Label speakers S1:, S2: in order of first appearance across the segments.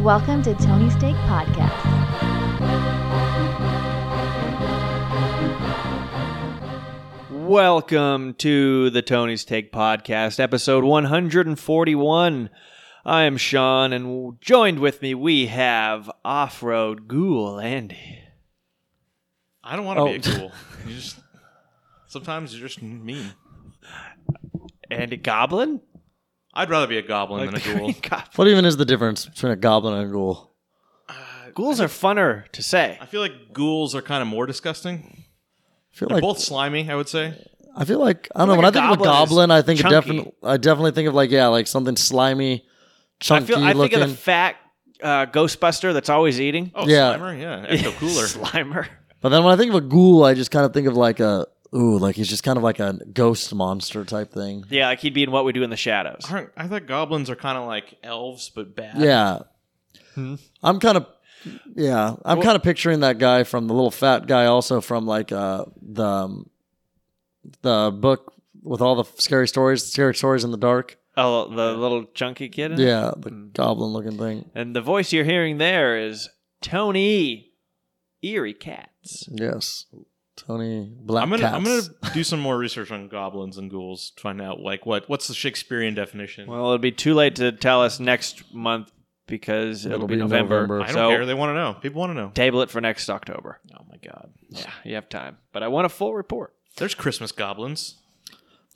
S1: Welcome to Tony Steak Podcast.
S2: Welcome to the Tony's Take Podcast, episode 141. I am Sean, and joined with me we have Off Road Ghoul Andy.
S3: I don't want to
S2: Oh.
S3: be a ghoul. You just sometimes you're just mean.
S2: Andy Goblin?
S3: I'd rather be a goblin than a ghoul.
S2: Gob-
S4: What even is the difference between a goblin and a ghoul?
S2: Ghouls are funner to say.
S3: I feel like ghouls are kind of more disgusting.
S4: I feel
S3: They're
S4: like
S3: both slimy, I would say.
S4: I feel like I don't know.
S2: like
S4: When
S2: a
S4: I think of a
S2: goblin is
S4: goblin, I think of
S2: chunky.
S4: definitely I definitely think of like yeah, like something slimy,
S2: I
S4: chunky
S2: feel I think
S4: looking.
S2: of the fat uh, Ghostbuster that's always eating.
S3: Oh,
S4: Yeah.
S3: slimer, yeah, ecto cooler.
S2: Slimer.
S4: but then when I think of a ghoul, I just kind of think of like a ooh, like he's just kind of like a ghost monster type thing.
S2: Yeah, like he'd be in What We Do in the Shadows.
S3: Aren't- I thought goblins are kind of like elves, but bad.
S4: Yeah,
S2: Hmm.
S4: I'm kind of yeah, I'm kind of picturing that guy from the little fat guy, also from like uh the um, the book with all the scary stories, scary stories in the dark.
S2: Oh, the little chunky kid? in it?
S4: Yeah, the goblin looking thing.
S2: And the voice you're hearing there is Tony Eerie Cats.
S4: Yes. Tony Black
S3: I'm gonna
S4: Cats.
S3: I'm gonna do some more research on goblins and ghouls to find out like what what's the Shakespearean definition.
S2: Well, it'll be too late to tell us next month because it'll,
S4: It'll
S2: be,
S4: be
S2: November.
S4: November.
S3: I don't
S2: so
S3: care. They want to know. People want to know.
S2: table it for next October.
S3: Oh my god.
S2: Yeah, you have time. But I want a full report.
S3: There's Christmas goblins.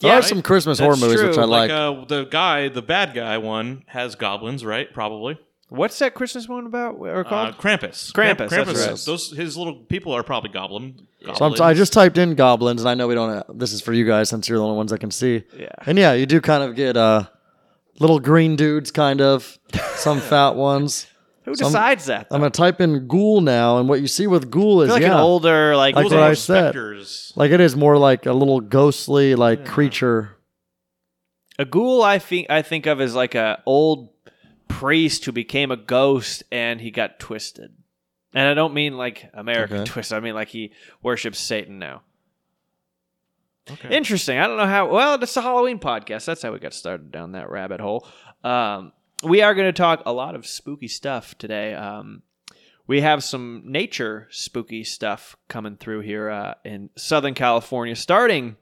S4: there
S2: yeah,
S4: are some Christmas
S2: That's
S4: horror movies
S2: true,
S4: which I
S3: Like
S4: like.
S3: uh, the guy, the bad guy one has goblins, right? Probably.
S2: What's that Christmas one about or
S3: Uh,
S2: called?
S3: Krampus.
S2: Krampus, that's
S4: right.
S3: Those his little people are probably goblin.
S2: uh,
S4: so I'm,
S3: Goblins.
S4: I just typed in goblins, and I know we don't. Have, this is for you guys since you're the only ones that can see.
S2: Yeah.
S4: And yeah, you do kind of get uh, little green dudes, kind of some fat ones.
S2: Who
S4: some-
S2: decides that?
S4: I'm gonna type in ghoul now, and what you see with ghoul
S2: I
S4: is
S2: feel like
S4: yeah,
S2: an older like,
S4: Like
S3: Those are
S4: what I
S3: those
S4: said.
S3: specters.
S4: like it is more like a little ghostly like creature.
S2: a ghoul. I think I think of as like a old priest who became a ghost and he got twisted. And I don't mean like American
S4: Okay.
S2: twist. I mean like he worships Satan now.
S3: Okay.
S2: Interesting. I don't know how. Well, it's a Halloween podcast. That's how we got started down that rabbit hole. Um, we are going to talk a lot of spooky stuff today. Um, we have some nature spooky stuff coming through here uh, in Southern California, starting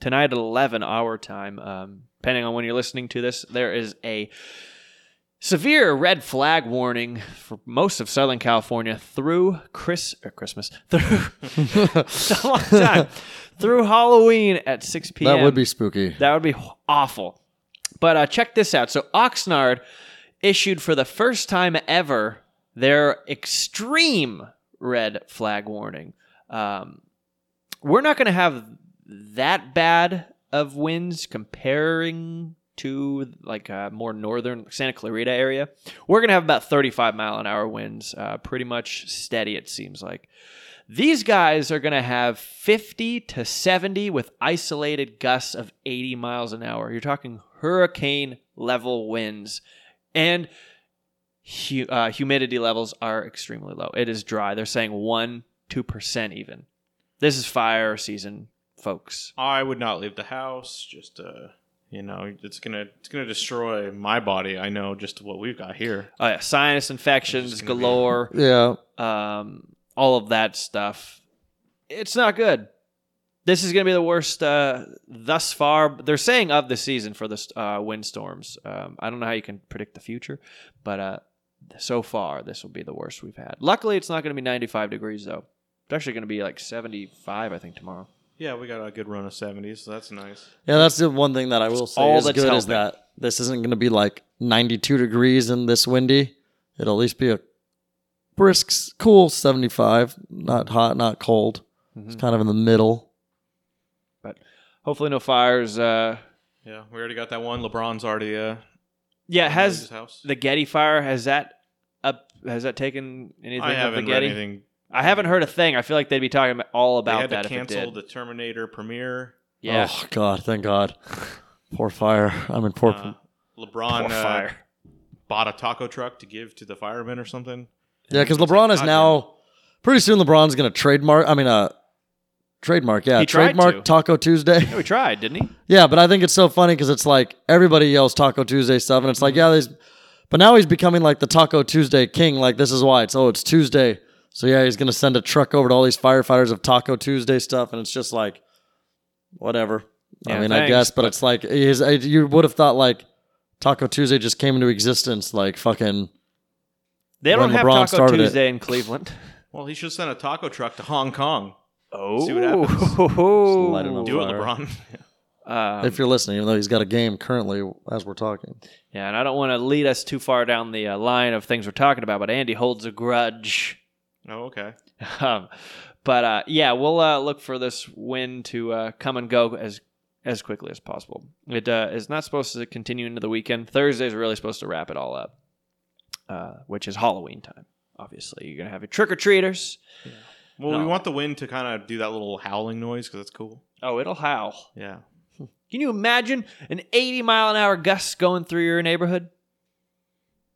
S2: tonight at eleven our time. Um, depending on when you're listening to this, there is a severe red flag warning for most of Southern California through Chris or Christmas through a long time through Halloween at 6 p.m.
S4: That would be spooky.
S2: that would be awful. But uh, check this out. So Oxnard issued for the first time ever their extreme red flag warning. Um, we're not going to have that bad of winds comparing to like uh, more northern Santa Clarita area. We're going to have about 35 mile an hour winds, uh, pretty much steady, it seems like. These guys are going to have 50 to 70 with isolated gusts of 80 miles an hour. You're talking hurricane level winds. And hu- uh, humidity levels are extremely low. It is dry. They're saying 1%, 2% even. This is fire season, folks.
S3: I would not leave the house. Just uh, you know, it's gonna it's gonna destroy my body. I know just what we've got here.
S2: Oh, yeah. Sinus
S3: It's
S2: infections
S3: just gonna be-
S2: galore.
S4: Yeah.
S2: um, all of that stuff. It's not good. This is going to be the worst uh, thus far. They're saying of the season for the uh, windstorms. Um, I don't know how you can predict the future, but uh, so far this will be the worst we've had. Luckily, it's not going to be 95 degrees though. It's actually going to be like 75, I think, tomorrow.
S3: Yeah, we got a good run of seventies, so that's nice.
S4: Yeah, that's the one thing that I will say
S2: all
S4: is
S2: that's
S4: good is
S2: helping.
S4: that this isn't going to be like 92 degrees and this windy. It'll at least be a brisk, s- cool 75. Not hot, not cold.
S2: Mm-hmm.
S4: It's kind of in the middle.
S2: But hopefully, no fires. Uh,
S3: Yeah, we already got that one. LeBron's already uh,
S2: yeah,
S3: his
S2: has
S3: house.
S2: the Getty fire has that up? Has that taken anything?
S3: I
S2: of the
S3: haven't read
S2: Getty?
S3: anything.
S2: I haven't heard a thing. I feel like they'd be talking about- all
S3: They
S2: about
S3: had
S2: that
S3: to
S2: if it
S3: cancel
S2: did.
S3: the Terminator premiere.
S2: yeah.
S4: Oh, God. Thank God. Poor fire. I'm in poor.
S3: Uh, LeBron uh, bought a taco truck to give to the firemen or something.
S4: yeah, because
S3: It's like,
S4: LeBron is
S3: God
S4: now. Pretty soon, LeBron's going to trademark. I mean, uh, trademark. Yeah.
S2: He tried
S4: trademark
S2: to.
S4: Taco Tuesday.
S2: Yeah, we tried, didn't he?
S4: Yeah, but I think it's so funny because it's like everybody yells Taco Tuesday stuff, and it's like, yeah, these But now he's becoming like the Taco Tuesday king. Like this is why it's oh it's Tuesday. So yeah, he's gonna send a truck over to all these firefighters of Taco Tuesday stuff, and it's just like whatever. I
S2: Yeah,
S4: mean, I
S2: thanks,
S4: guess, but,
S2: but-
S4: it's like is I, you would have thought like Taco Tuesday just came into existence like fucking
S2: They
S4: When
S2: don't have
S4: LeBron
S2: Taco
S4: started it.
S2: Tuesday in Cleveland.
S3: Well, he should send a taco truck to Hong Kong.
S2: Oh,
S3: See what happens.
S4: light it on
S3: Do it,
S4: Fire.
S3: LeBron.
S2: Um,
S4: if you're listening, even though he's got a game currently as we're talking.
S2: yeah, and I don't want to lead us too far down the uh, line of things we're talking about, but Andy holds a grudge.
S3: oh, okay.
S2: Um, but uh, yeah, we'll uh, look for this win to uh, come and go as as quickly as possible. It uh, is not supposed to continue into the weekend. Thursday's really supposed to wrap it all up, uh, which is Halloween time. Obviously, you're gonna have your trick or treaters.
S3: Well, we
S2: No.
S3: want the wind to kind of do that little howling noise because that's cool.
S2: Oh, it'll howl.
S3: Yeah.
S2: Can you imagine an 80 mile an hour gust going through your neighborhood?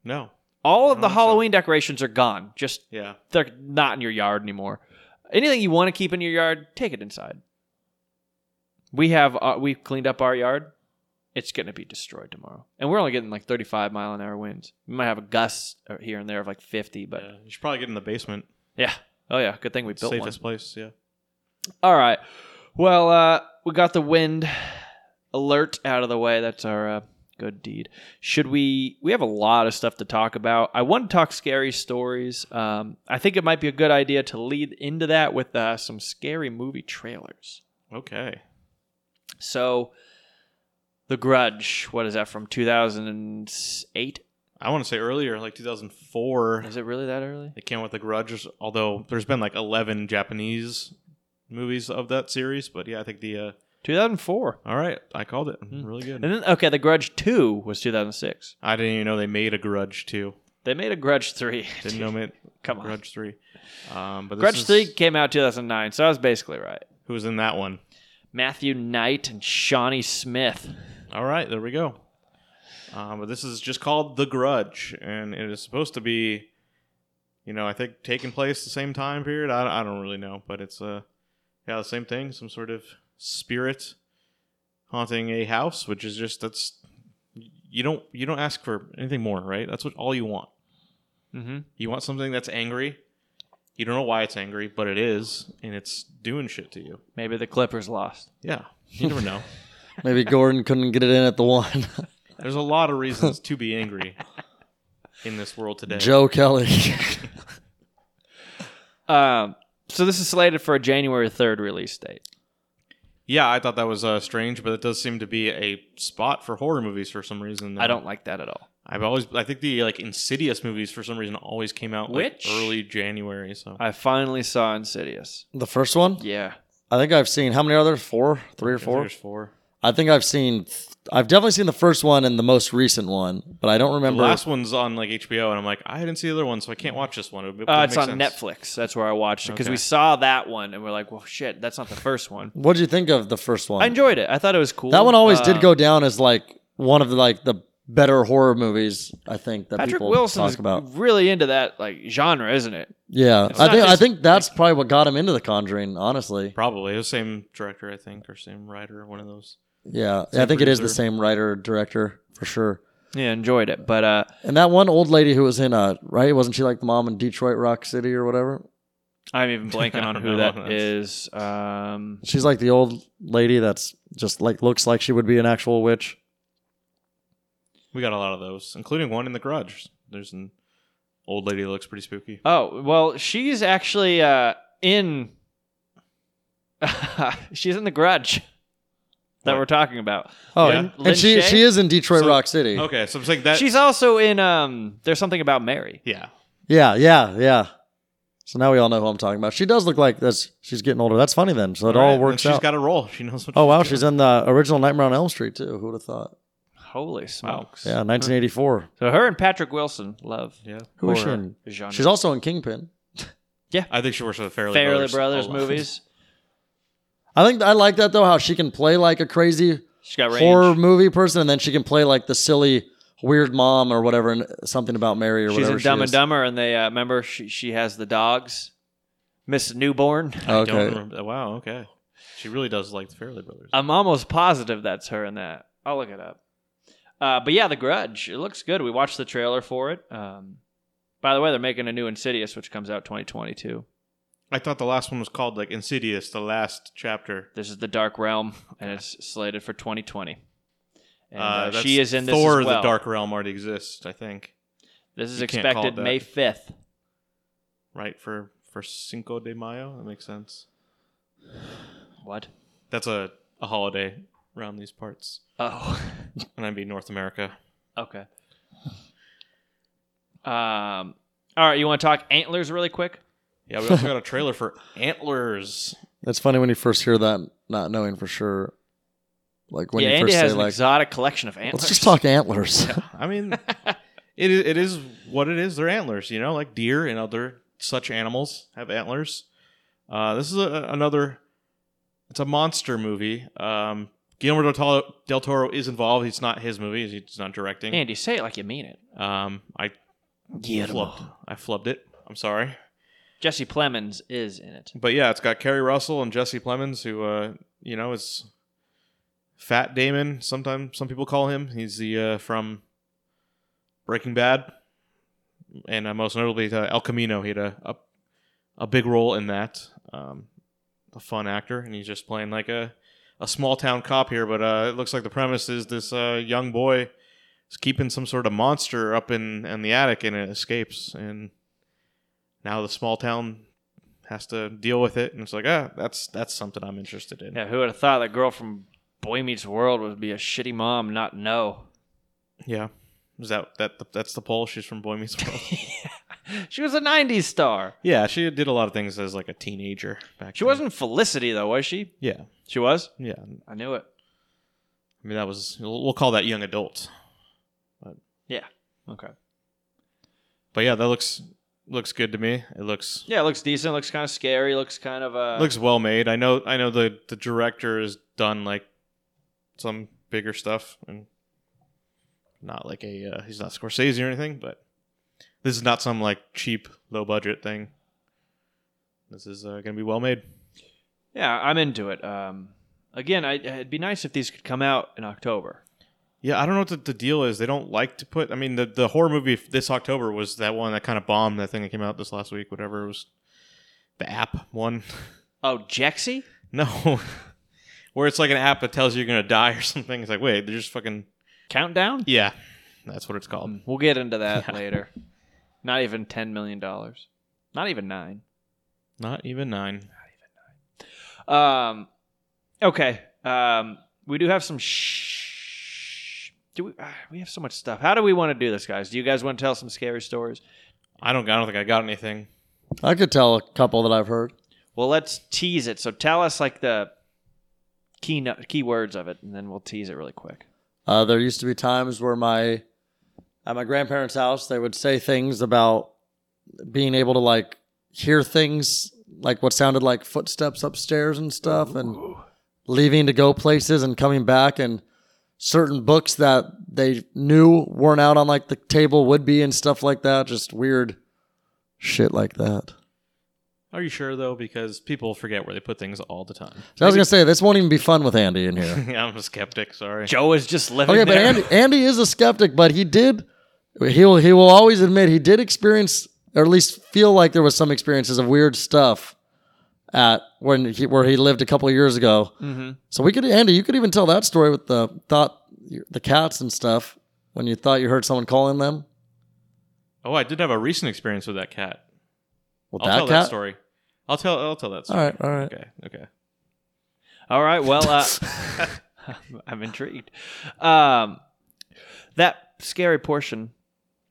S3: No.
S2: All of the
S3: Oh, so-
S2: Halloween decorations are gone. Just
S3: Yeah.
S2: they're not in your yard anymore. Anything you want to keep in your yard, take it inside. We have uh, we've cleaned up our yard. It's going to be destroyed tomorrow, and we're only getting like 35 mile an hour winds. We might have a gust uh, here and there of like 50, but yeah.
S3: yeah. You should probably get in the basement.
S2: Oh yeah, good thing we built one.
S3: Safest place. Yeah.
S2: All right. Well, uh, we got the wind alert out of the way. That's our uh, good deed. Should we? We have a lot of stuff to talk about. I want to talk scary stories. Um, I think it might be a good idea to lead into that with uh, some scary movie trailers.
S3: Okay.
S2: So, The Grudge. What is that from? Two thousand and eight.
S3: I want to say earlier, like 2004,
S2: Is it really that early?
S3: they came with The Grudge, although there's been like 11 Japanese movies of that series. But yeah, I think the, uh,
S2: Two thousand four.
S3: all right, I called it.
S2: Hmm.
S3: Really good.
S2: And then okay, The Grudge two was two thousand six.
S3: I didn't even know they made a Grudge 2.
S2: They made a Grudge three.
S3: Didn't know made
S2: Come on.
S3: Grudge 3. Um, but this
S2: Grudge
S3: is-
S2: three came out two thousand nine. So I was basically right.
S3: Who was in that one?
S2: Matthew Knight and Shawnee Smith.
S3: All right, there we go. Um, but this is just called The Grudge, and it is supposed to be, you know, I think taking place the same time period. I, I don't really know, but it's uh, yeah, the same thing. Some sort of spirit haunting a house, which is just that's you don't you don't ask for anything more, right? That's what all you want.
S2: Mm-hmm.
S3: You want something that's angry. You don't know why it's angry, but it is, and it's doing shit to you.
S2: Maybe the Clippers lost.
S3: Yeah, you never know.
S4: Maybe Gordon couldn't get it in at the one.
S3: There's a lot of reasons to be angry in this world today.
S4: Joe Kelly.
S2: Um, so this is slated for a January 3rd release date.
S3: Yeah, I thought that was uh, strange, but it does seem to be a spot for horror movies for some reason.
S2: I don't like that at all.
S3: I've always. I think the like Insidious movies for some reason always came out like,
S2: Which?
S3: early January. So
S2: I finally saw Insidious.
S4: the first one?
S2: Yeah.
S4: I think I've seen how many are there? Four? Three or
S3: I think
S4: four?
S3: There's four.
S4: I think I've seen I've definitely seen the first one and the most recent one, but I don't remember
S3: The last one's on like HBO, and I'm like, I didn't see the other one, so I can't watch this one. It would-
S2: Uh,
S3: would
S2: it's
S3: make
S2: on
S3: sense.
S2: Netflix. That's where I watched it because
S3: Okay.
S2: we saw that one and we're like, well, shit, that's not the first one.
S4: What did you think of the first one?
S2: I enjoyed it. I thought it was cool.
S4: that one always did
S2: Uh,
S4: go down as like one of the, like the better horror movies. I think that
S2: Patrick
S4: people
S2: Wilson
S4: talk
S2: is
S4: about.
S2: really into that like genre, isn't it?
S4: Yeah,
S2: It's
S4: I
S2: not
S4: think I
S2: just-
S4: think that's probably what got him into The Conjuring. Honestly,
S3: Probably it was same director, I think, or same writer, one of those.
S4: yeah,
S3: Same
S4: I think it is the
S3: producer.
S4: same writer director for sure.
S2: Yeah, enjoyed it. But uh,
S4: And that one old lady who was in uh right wasn't she like the mom in Detroit Rock City or whatever?
S2: I'm even blanking on who
S3: No,
S2: that
S3: that's-
S2: is. Um,
S4: She's like the old lady that's just like looks like she would be an actual witch.
S3: We got a lot of those, including one in The Grudge. There's an old lady that looks pretty spooky.
S2: Oh, well, she's actually uh, in. she's in the grudge that
S3: What?
S2: we're talking about.
S4: Oh,
S3: Yeah.
S4: and,
S2: Lin
S4: and she
S2: Shaye?
S4: she is in Detroit
S3: So-
S4: Rock City.
S3: Okay, so I'm saying that.
S2: she's also in. Um, There's something about Mary.
S3: yeah,
S4: Yeah, yeah, yeah. So now we all know who I'm talking about. She does look like this. She's getting older. That's funny then. So it all
S3: Alright,
S4: works
S3: then She's
S4: out.
S3: got a role. She knows what.
S4: oh wow,
S3: doing.
S4: she's in the original Nightmare on Elm Street too. Who would have thought?
S2: Holy smokes!
S4: Yeah, 1984.
S2: So her and Patrick Wilson love.
S3: Yeah.
S4: Who is she
S2: horror
S4: in?
S2: genre.
S4: She's also in Kingpin.
S3: I think she works for the Fairly,
S2: Fairly
S3: Brothers,
S2: Brothers
S3: a lot.
S2: movies.
S4: I think I like that though. How she can play like a crazy
S2: She's got range.
S4: horror movie person, and then she can play like the silly weird mom or whatever, and something about Mary or
S2: She's
S4: whatever.
S2: in
S4: she
S2: Dumb
S4: is.
S2: and Dumber, and they uh, remember she she has the dogs. Miss Newborn.
S3: I don't
S4: Okay.
S3: remember- Wow. Okay. She really does like the Fairley Brothers.
S2: I'm almost positive that's her in that. I'll look it up. Uh, but yeah, The Grudge. It looks good. We watched the trailer for it. Um, by the way, they're making a new Insidious, which comes out 2022.
S3: I thought the last one was called like Insidious, the last chapter.
S2: This is The Dark Realm, and it's slated for 2020. And, uh,
S3: that's
S2: she is in this
S3: Thor:
S2: as well.
S3: The Dark Realm already exists, I think.
S2: This is
S3: you can't call it
S2: expected
S3: that.
S2: May 5th.
S3: Right for for Cinco de Mayo, that makes sense.
S2: What?
S3: That's a, a holiday around these parts,
S2: Oh,
S3: and I'd be North America.
S2: okay. Um, all right, you want to talk antlers really quick?
S3: Yeah, we also got a trailer for Antlers.
S4: It's funny when you first hear that, not knowing for sure. Like when
S2: yeah,
S4: you
S2: Andy
S4: first
S2: has
S4: say,
S2: an
S4: like,
S2: exotic collection of antlers.
S4: let's just talk antlers.
S3: I mean, it is, it is what it is. They're antlers, you know, like deer and other such animals have antlers. Uh, this is a, another. It's a monster movie. Um, Guillermo del Toro, del Toro is involved. He's not his movie. He's not directing.
S2: Andy, say it like you mean it.
S3: Um, I flubbed. I flubbed it. I'm sorry.
S2: Jesse Plemons is in it.
S3: But yeah, it's got Kerry Russell and Jesse Plemons, who uh, you know is Fat Damon. Sometimes some people call him. He's the uh, from Breaking Bad, and uh, most notably uh, El Camino. He had a, a a big role in that. Um, a fun actor, and he's just playing like a a small town cop here. But uh, it looks like the premise is this uh, young boy is keeping some sort of monster up in in the attic, and it escapes, and now the small town has to deal with it, and it's like, ah, that's that's something I'm interested in.
S2: Yeah, who would have thought that girl from Boy Meets World would be a shitty mom? Not know.
S3: Yeah. Is that that that's the poll? She's from Boy Meets World.
S2: She was a '90s star.
S3: yeah, she did a lot of things as like a teenager back.
S2: She
S3: then.
S2: wasn't Felicity though, was she?
S3: Yeah,
S2: She was.
S3: yeah.
S2: I knew it.
S3: I mean, that was we'll we'll call that young adult.
S2: Yeah. Okay.
S3: But yeah, that looks looks good to me. It looks
S2: Yeah, it looks decent. Looks kind of scary. Looks kind of uh.
S3: looks well made. I know I know the the director has done like some bigger stuff and not like a uh, he's not Scorsese or anything, but this is not some like cheap low budget thing. This is uh, gonna be well made.
S2: Yeah, I'm into it. Um, again, I, it'd be nice if these could come out in October.
S3: Yeah, I don't know what the, the deal is. They don't like to put. I mean, the, the horror movie f- this October was that one that kind of bombed. That thing that came out this last week, whatever it was, the app one.
S2: Oh, Jexy.
S3: no, where it's like an app that tells you you're gonna die or something. It's like, wait, they're just fucking.
S2: Countdown.
S3: Yeah, that's what it's called.
S2: We'll get into that later. Not even ten million dollars. Not even nine.
S3: Not even nine.
S2: Um, okay. Um, we do have some. Sh- do we? ah, we have so much stuff. How do we want to do this, guys? Do you guys want to tell some scary stories?
S3: I don't. I don't think I got anything.
S4: I could tell a couple that I've heard.
S2: Well, let's tease it. So tell us like the key no- key words of it, and then we'll tease it really quick.
S4: Uh, there used to be times where my at my grandparents' house they would say things about being able to like hear things like what sounded like footsteps upstairs and stuff and leaving to go places and coming back and certain books that they knew weren't out on like the table would be and stuff like that just weird shit like that
S3: Are you sure though? Because people forget where they put things all the time.
S4: so i was gonna say this won't even be fun with andy in here
S3: yeah, I'm a skeptic. Sorry.
S2: Joe is just living
S4: Okay, but
S2: there.
S4: Andy, Andy is a skeptic, but he did. He will. He will always admit he did experience, or at least feel like there was some experiences of weird stuff at when he, where he lived a couple of years ago.
S3: Mm-hmm.
S2: hmm
S4: So we could, Andy, you could even tell that story with the thought, the cats and stuff when you thought you heard someone calling them.
S3: Oh, I did have a recent experience with that cat.
S4: Well,
S3: I'll
S4: that
S3: tell
S4: cat.
S3: that story. I'll tell. I'll tell that
S4: All
S3: story.
S4: right, all right.
S3: Okay. Okay.
S2: All right. Well, uh, I'm intrigued. Um, that scary portion,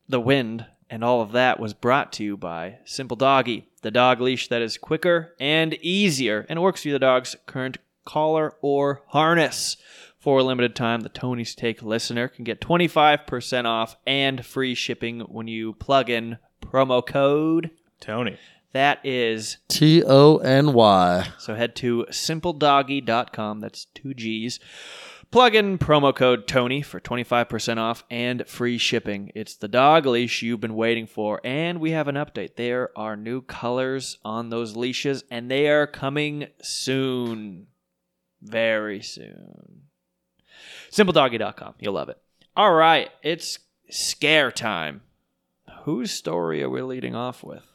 S2: the wind, and all of that was brought to you by Simple Doggy, the dog leash that is quicker and easier and works through the dog's current collar or harness. For a limited time, the Tony's Take listener can get 25% off and free shipping when you plug in promo code.
S3: Tony.
S2: That is
S4: T O N Y.
S2: so head to simpledoggy.com. That's two G's. Plug in promo code Tony for 25% off and free shipping. It's the dog leash you've been waiting for. And we have an update. There are new colors on those leashes, and they are coming soon. Very soon. Simpledoggy.com. You'll love it. All right, it's scare time. Whose story are we leading off with?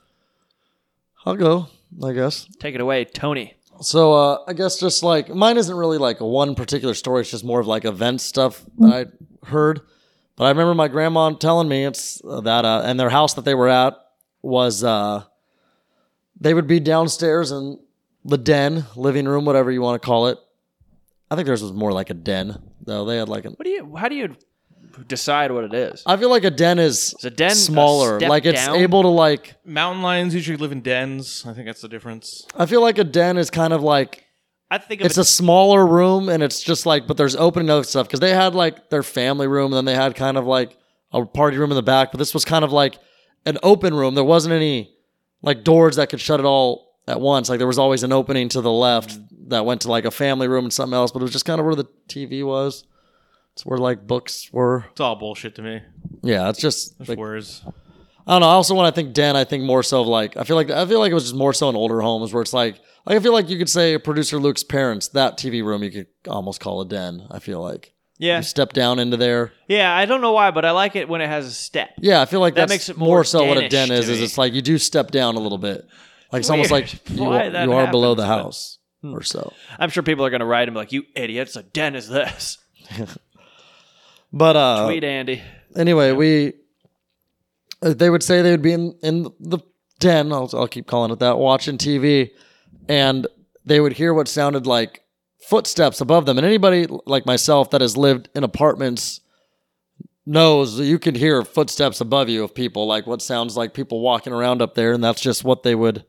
S4: I'll go, I guess.
S2: Take it away, Tony.
S4: So uh, I guess just like mine isn't really like one particular story. It's just more of like event stuff that I heard. But I remember my grandma telling me it's uh, that, uh, and their house that they were at was uh, they would be downstairs in the den, living room, whatever you want to call it. I think theirs was more like a den, though. They had like an.
S2: What do you? How do you decide what it is?
S4: I feel like a den is
S2: Is a den a
S4: smaller.
S2: step
S4: like it's
S2: down?
S4: able to like.
S3: Mountain lions usually live in dens. I think that's the difference.
S4: I feel like a den is kind of like
S3: I think of
S4: it's a smaller room and it's just like but there's open and other stuff because they had like their family room and then they had kind of like a party room in the back but this was kind of like an open room there wasn't any like doors that could shut it all at once like there was always an opening to the left that went to like a family room and something else but it was just kind of where the tv was it's where like books were
S3: it's all bullshit to me.
S4: yeah it's just
S3: There's
S4: like,
S3: words.
S4: I don't know. I also when I think den, I think more so of like I feel like I feel like it was just more so in older homes where it's like like I feel like you could say producer Luke's parents that TV room you could almost call a den. I feel like
S2: Yeah,
S4: you step down into there.
S2: yeah. I don't know why, but I like it when it has a step.
S4: Yeah, I feel like
S2: That
S4: that's
S2: makes it
S4: more,
S2: more
S4: so what a
S2: den-ish
S4: den
S2: to
S4: is. Is
S2: me.
S4: it's like you do step down a little bit. Like it's almost
S2: Weird
S4: like you,
S2: why
S4: are-
S2: that
S4: you are below the
S2: happens, Hmm. but-
S4: house or so.
S2: I'm sure people are gonna write and be like, "You idiots! A den is this."
S4: But uh,
S2: Tweet Andy.
S4: anyway, we uh, they would say they would be in in the den. I'll I'll keep calling it that. Watching TV, and they would hear what sounded like footsteps above them. And anybody like myself that has lived in apartments knows that you can hear footsteps above you of people, like what sounds like people walking around up there, and that's just what they would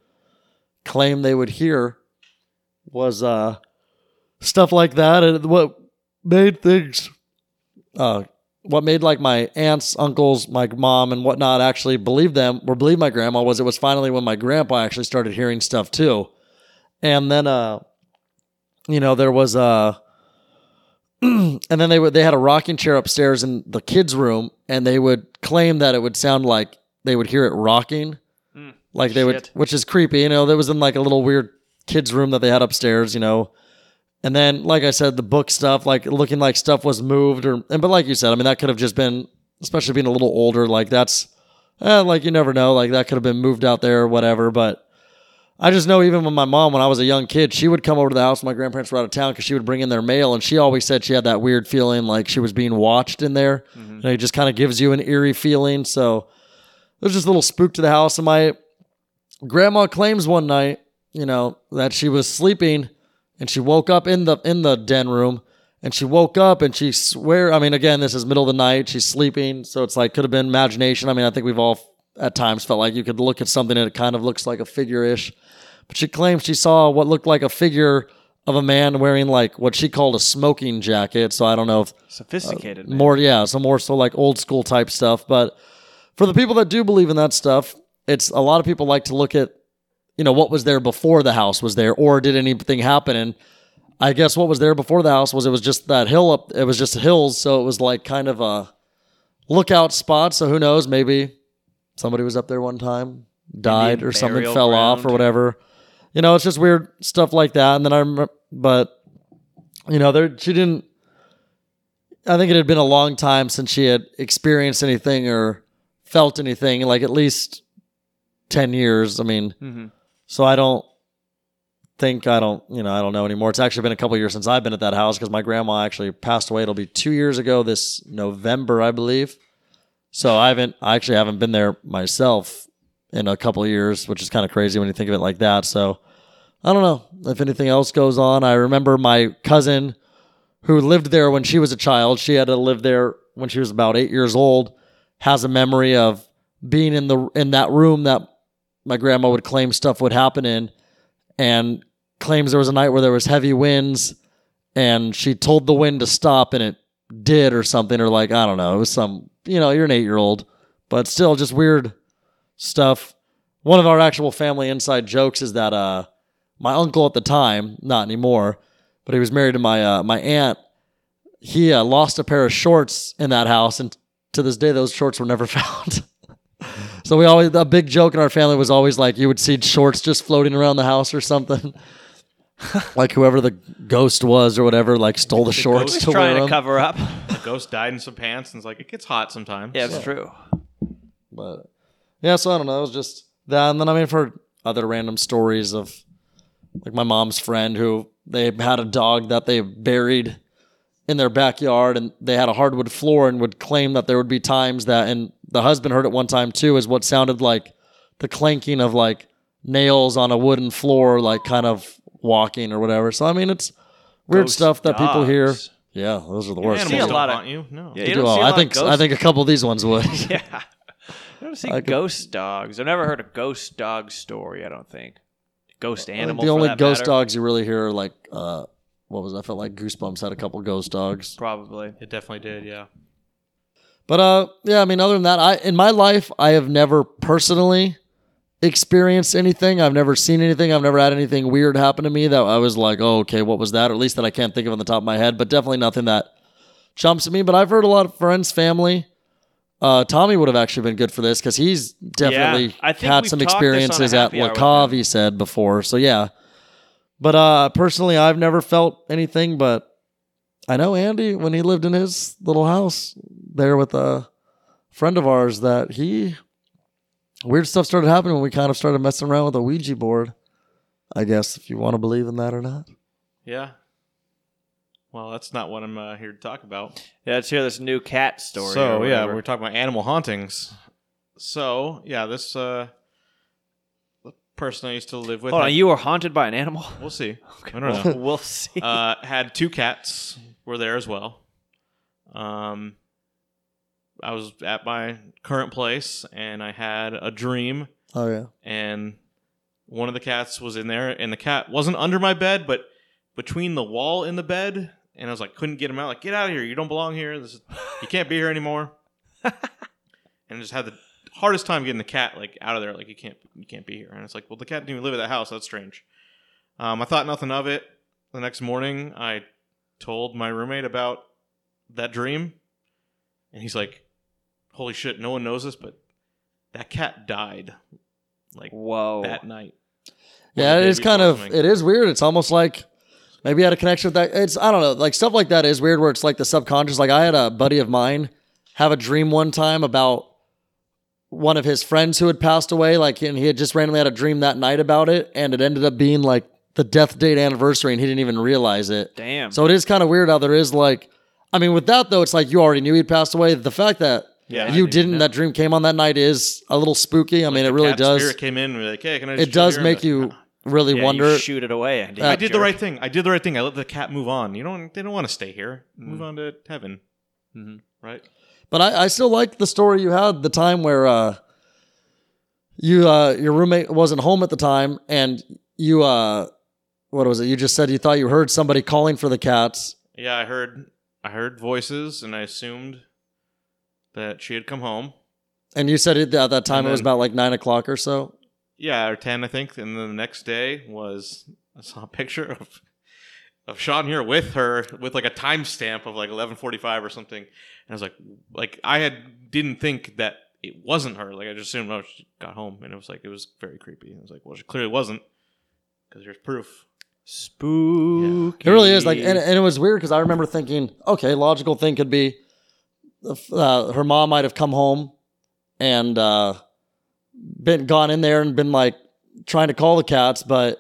S4: claim they would hear was uh stuff like that and what made things uh what made like my aunts, uncles, my mom, and whatnot actually believe them or believe my grandma was it was finally when my grandpa actually started hearing stuff too. And then uh you know, there was uh and then they would they had a rocking chair upstairs in the kids' room and they would claim that it would sound like they would hear it rocking.
S2: Mm,
S4: like they would
S2: shit.
S4: which is creepy, you know, that was in like a little weird kids' room that they had upstairs, you know. And then, like I said, the book stuff, like looking like stuff was moved, or and but like you said, I mean that could have just been, especially being a little older, like that's, eh, like you never know, like that could have been moved out there or whatever. But I just know even when my mom, when I was a young kid, she would come over to the house. when My grandparents were out of town because she would bring in their mail, and she always said she had that weird feeling like she was being watched in there, and it just kind of gives you an eerie feeling. So there's just a little spook to the house. And my grandma claims one night, you know, that she was sleeping and she woke up in the in the den room and she woke up and she swear I mean again this is middle of the night she's sleeping so it's like could have been imagination I mean I think we've all at times felt like you could look at something and it kind of looks like a figure ish but she claims she saw what looked like a figure of a man wearing like what she called a smoking jacket so I don't know if
S2: Sophisticated. man.
S4: Uh, more yeah so more so like old school type stuff but for the people that do believe in that stuff it's a lot of people like to look at you know what was there before the house was there or did anything happen and i guess what was there before the house was it was just that hill up it was just hills so it was like kind of a lookout spot so who knows maybe somebody was up there one time died
S2: Indian
S4: or something
S2: burial
S4: fell off or
S2: ground.
S4: whatever you know it's just weird stuff like that and then i remember but you know there she didn't I think it had been a long time since she had experienced anything or felt anything, like at least 10 years. I mean,
S2: Mhm.
S4: so I don't think I don't, you know, I don't know anymore. It's actually been a couple years since I've been at that house because my grandma actually passed away. It'll be two years ago this November, I believe. So I haven't, I actually haven't been there myself in a couple years, which is kind of crazy when you think of it like that. So I don't know if anything else goes on. I remember my cousin who lived there when she was a child. She had to live there when she was about eight years old. Has a memory of being in the in that room that my grandma would claim stuff would happen in, and claims there was a night where there was heavy winds, and she told the wind to stop, and it did or something or like I don't know. It was some you know you're an eight year old, but still just weird stuff. One of our actual family inside jokes is that uh my uncle at the time, not anymore, but he was married to my uh, my aunt. He uh, lost a pair of shorts in that house, and to this day, those shorts were never found. so we always a big joke in our family was always like you would see shorts just floating around the house or something. like whoever the ghost was or whatever, like stole the shorts
S3: ghost
S4: to wear
S2: trying to
S4: them.
S2: cover up.
S3: The ghost died in some pants, and it's like it gets hot sometimes.
S2: Yeah, it's true.
S4: But yeah, so I don't know. It was just that, and then I mean, I've heard other random stories of like my mom's friend who they had a dog that they buried in their backyard, and they had a hardwood floor, and would claim that there would be times that, and the husband heard it one time too, is what sounded like the clanking of like nails on a wooden floor, like kind of walking or whatever. So I mean, it's weird
S3: Ghost
S4: stuff that people hear.
S3: dogs.
S4: Yeah, those are the worst.
S3: Animals
S2: See a
S3: don't
S2: lot of-
S3: haunt you. No.
S2: Yeah,
S4: They
S2: you
S4: do
S2: don't
S4: all-
S2: see a
S4: I
S2: lot
S4: think
S2: of
S4: I
S2: ghosts.
S4: think a couple of these ones would.
S2: Yeah. I don't see
S4: I could-
S2: ghost dogs. I've never heard a ghost dog story, I don't think. Ghost
S4: I think
S2: animal.
S4: Uh, The
S2: for
S4: only
S2: that
S4: ghost
S2: matter.
S4: dogs you really hear are like uh, what was that? I felt like Goosebumps had a couple ghost dogs.
S2: Probably.
S3: It definitely did. Yeah.
S4: But uh, yeah, I mean, other than that, I in my life I have never personally experienced anything. I've never seen anything. I've never had anything weird happen to me that I was like, oh, okay, what was that? Or at least that I can't think of on the top of my head. But definitely nothing that jumps at me. But I've heard a lot of friends, family. Uh, Tommy would have actually been good for this because he's definitely
S2: I think
S4: had
S2: we've
S4: some
S2: talked this on a
S4: experiences at
S2: happy hour with
S4: Lakov. He said before, so yeah. But uh, personally, I've never felt anything. But I know Andy when he lived in his little house there with a friend of ours that he weird stuff started happening when we kind of started messing around with a Ouija board. I guess if you want to believe in that or not.
S3: Yeah. Well, that's not what I'm uh, here to talk about.
S2: Yeah, let's hear this new cat story.
S3: So
S2: or
S3: yeah,
S2: whatever.
S3: we're talking about animal hauntings. So yeah, this uh, the person I used to live with.
S2: Hold on,
S3: had-
S2: you were haunted by an animal?
S3: We'll see. I don't know.
S2: We'll, we'll see.
S3: uh, had two cats were there as well. Um, I was at my current place and I had a dream
S4: Oh yeah.
S3: and one of the cats was in there and the cat wasn't under my bed but between the wall and the bed and I was like couldn't get him out like get out of here you don't belong here this is, you can't be here anymore and I just had the hardest time getting the cat like out of there like you can't you can't be here and it's like well the cat didn't even live at that house that's strange um, I thought nothing of it the next morning I told my roommate about that dream and he's like holy shit no one knows this but that cat died like
S2: Whoa.
S3: that night. Or
S4: Yeah,
S3: the
S4: it
S3: day
S4: is kind
S3: before
S4: of
S3: something.
S4: it is weird. It's almost like maybe I had a connection with that. It's I don't know, like stuff like that is weird where it's like the subconscious. Like I had a buddy of mine have a dream one time about one of his friends who had passed away, like and he had just randomly had a dream that night about it, and it ended up being like the death date anniversary, and he didn't even realize it.
S2: Damn.
S4: So it is kind of weird how there is like, I mean, with that though, it's like you already knew he'd passed away. The fact that
S3: Yeah, I
S4: you
S3: didn't
S4: didn't, that dream came on that night is a little spooky. I mean, it really
S3: Cat
S4: does.
S3: Spirit came in. and were like, uh-huh. hey, can I? just
S4: It
S3: chill
S4: does
S3: here?"
S4: make
S3: And
S4: you really
S2: Yeah, you
S4: wonder.
S2: shoot it away. Andy,
S3: I- I
S2: you
S3: did the
S2: jerk.
S3: right thing. I did the right thing. I let the cat move on. You don't. They don't want to stay here.
S4: Mm.
S3: Move on to heaven.
S2: Mhm.
S4: Mm-hmm.
S3: Right.
S4: But I, I still like the story you had the time where uh, you uh, your roommate wasn't home at the time, and you uh, what was it? You just said you thought you heard somebody calling for the cats.
S3: Yeah, I heard. I heard voices, and I assumed that she had come home.
S4: And you said it, at that time
S3: And
S4: it was
S3: then-
S4: about like nine o'clock or so.
S3: Yeah, or ten, I think. And then the next day was I saw a picture of of Sean here with her with like a timestamp of like eleven forty five or something. And I was like, like I had didn't think that it wasn't her. Like I just assumed oh she got home, and it was like it was very creepy. I was like, well, she clearly wasn't because there's proof.
S2: Spooky.
S4: It really is like, and, and it was weird because I remember thinking, okay, logical thing could be uh, her mom might have come home and uh, been gone in there and been like trying to call the cats, but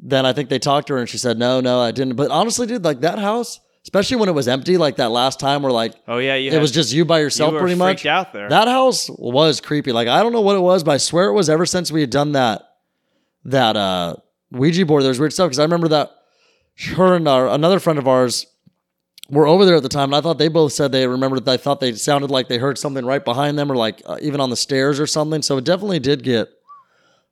S4: then I think they talked to her and she said, no, no, I didn't. But honestly, dude, like that house, especially when it was empty, like that last time, where like
S2: oh yeah, you
S4: it was just you by yourself,
S2: you were
S4: pretty
S2: freaked
S4: much.
S2: out there.
S4: That house was creepy. Like I don't know what it was, but I swear it was ever since we had done that that uh Ouija board. There was weird stuff because I remember that her and our, another friend of ours were over there at the time, and I thought they both said they remembered. They thought they sounded like they heard something right behind them, or like uh, even on the stairs or something. So it definitely did get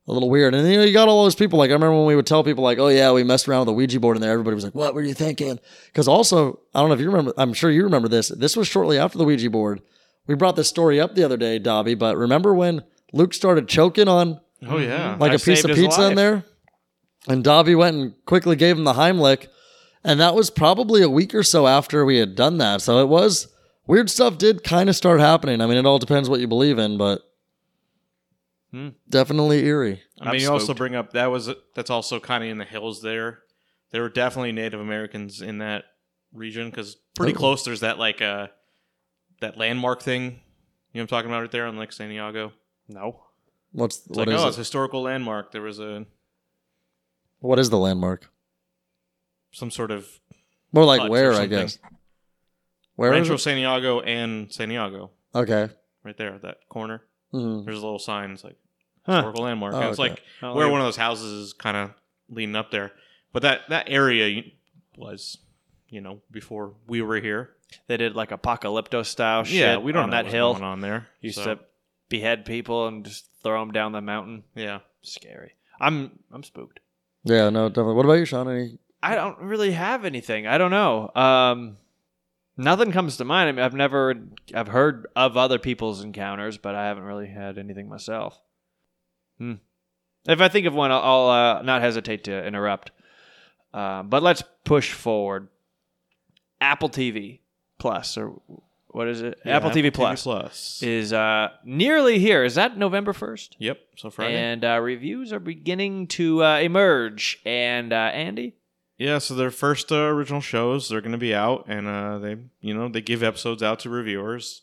S4: a little weird. And you know, you got all those people. Like I remember when we would tell people, like, "Oh yeah, we messed around with the Ouija board in there." Everybody was like, "What were you thinking?" Because also, I don't know if you remember. I'm sure you remember this. This was shortly after the Ouija board. We brought this story up the other day, Dobby. But remember when Luke started choking on
S3: Oh yeah.
S4: like
S2: I
S4: a piece
S2: saved
S4: of
S2: his
S4: pizza
S2: life.
S4: in there. And Dobby went and quickly gave him the Heimlich. And that was probably a week or so after we had done that. So it was weird stuff did kind of start happening. I mean, it all depends what you believe in, but
S2: Hmm.
S4: definitely eerie.
S3: I mean,
S2: I'm
S3: you also
S2: spooked.
S3: bring up that was that's also kind of in the hills there. there were definitely Native Americans in that region because pretty
S4: Oh.
S3: close there's that like uh that landmark thing. You know what I'm talking about right there on Lake San Diego.
S2: No.
S4: What's
S3: It's
S4: what
S3: like
S4: is
S3: oh,
S4: it?
S3: it's a historical landmark. There was a
S4: What is the landmark?
S3: some sort of
S4: More like
S3: Hutch or
S4: where, I
S3: something.
S4: guess. Where is
S3: Rancho
S4: it?
S3: San Diego and San Diego
S4: Okay.
S3: right there at that corner.
S4: Mhm.
S3: There's a little sign. It's like
S2: Huh.
S3: historical landmark.
S4: Oh,
S3: and it's
S4: okay.
S3: like
S2: Oh,
S3: where
S2: yeah.
S3: one of those houses is kind of leaning up there. But that that area you- was, you know, before we were here.
S2: They did like apocalypto style shit.
S3: yeah, we don't
S2: on
S3: know
S2: that
S3: what's
S2: hill.
S3: going on there.
S2: Used
S3: So,
S2: to behead people and just throw them down the mountain.
S3: yeah.
S2: Scary. I'm I'm spooked.
S4: Yeah, no, definitely. What about you, Sean? Any
S2: I don't really have anything. I don't know. Um, nothing comes to mind. I mean, I've never I've heard of other people's encounters, but I haven't really had anything myself. Hmm. If I think of one, I'll, I'll uh, not hesitate to interrupt. Uh, but let's push forward. Apple TV Plus, or what is it? Apple, TV Plus
S3: Plus.
S2: is uh, nearly here. Is that November first?
S3: yep. So Friday.
S2: And uh, reviews are beginning to uh, emerge. And uh, Andy,
S3: yeah. So their first uh, original shows they're going to be out, and uh, they you know they give episodes out to reviewers,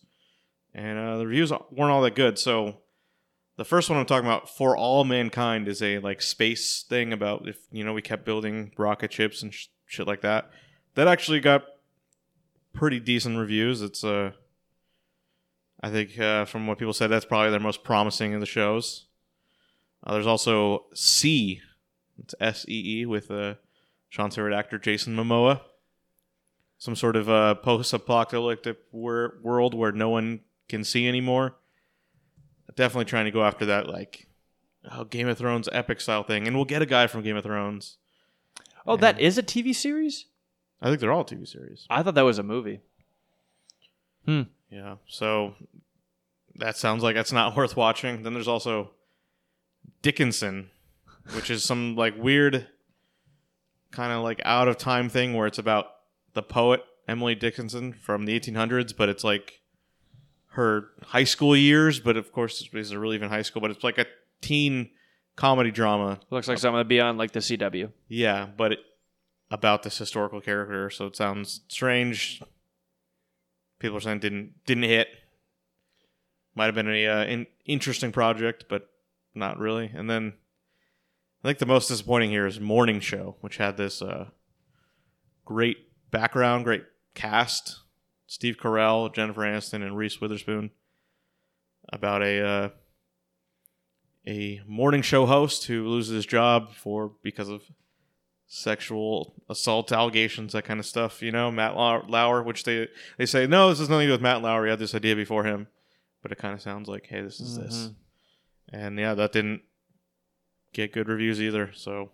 S3: and uh, the reviews weren't all that good. So the first one I'm talking about, For All Mankind, is a like space thing about if you know we kept building rocket ships and sh- shit like that. That actually got pretty decent reviews. It's uh, I think uh, from what people said, that's probably their most promising of the shows. Uh, there's also C, it's S E E with uh, Sean Stewart actor Jason Momoa. Some sort of uh, post-apocalyptic wor- world where no one can see anymore definitely trying to go after that like oh, Game of Thrones epic style thing, and we'll get a guy from Game of Thrones.
S2: Oh, that is a TV series?
S3: I think they're all TV series.
S2: I thought that was a movie.
S3: Yeah, so that sounds like that's not worth watching. Then there's also Dickinson, which is some like weird kind of like out of time thing where it's about the poet Emily Dickinson from the 1800s, but it's like her high school years, but of course, is it really even high school? But it's like a teen comedy drama
S2: Looks like something that'd be on like the CW.
S3: Yeah, but it, about this historical character, so it sounds strange. People are saying didn't didn't hit. Might have been a uh, in, interesting project, but not really. And then I think the most disappointing here is Morning Show, which had this uh, great background, great cast: Steve Carell, Jennifer Aniston, and Reese Witherspoon. About a uh, a morning show host who loses his job for because of sexual assault allegations, that kind of stuff. You know, Matt Lau- Lauer, which they they say no, this has nothing to do with Matt Lauer. He had this idea before him, but it kind of sounds like, hey, this is this,
S2: Mhm.
S3: and yeah, that didn't get good reviews either. So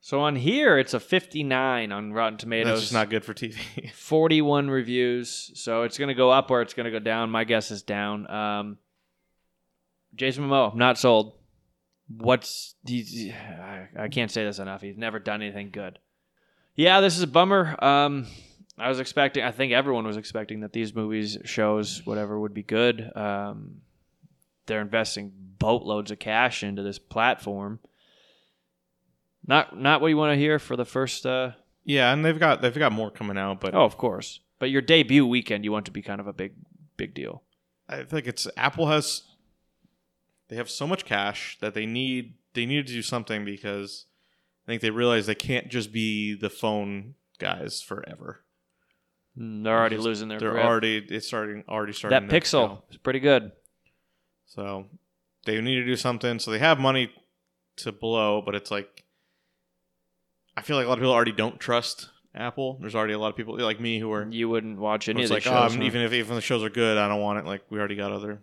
S2: So on here, it's a 59 on Rotten
S3: that's
S2: Tomatoes.
S3: just not good for TV.
S2: 41 reviews. So it's going to go up or it's going to go down. My guess is down. Um, Jason Momoa, not sold. What's he's, I, I can't say this enough. He's never done anything good. Yeah, this is a bummer. Um, I was expecting. I think everyone was expecting that these movies, shows, whatever, would be good. Um, they're investing boatloads of cash into this platform. Not not what you want to hear for the first. Uh,
S3: yeah, and they've got they've got more coming out, but
S2: Oh, of course. But your debut weekend, you want to be kind of a big, big deal.
S3: I think it's Apple has they have so much cash that they need they need to do something because I think they realize they can't just be the phone guys forever.
S2: Mm, They're already
S3: Just-
S2: losing their.
S3: They're
S2: grip.
S3: already it's starting already starting
S2: that
S3: to
S2: pixel
S3: fail.
S2: is pretty good.
S3: So they need to do something. So they have money to blow, but it's like I feel like a lot of people already don't trust Apple. There's already a lot of people like me who are
S2: You wouldn't watch any
S3: it's
S2: of these
S3: like
S2: shows.
S3: oh, I'm- even if even the shows are good, I don't want it. Like we already got other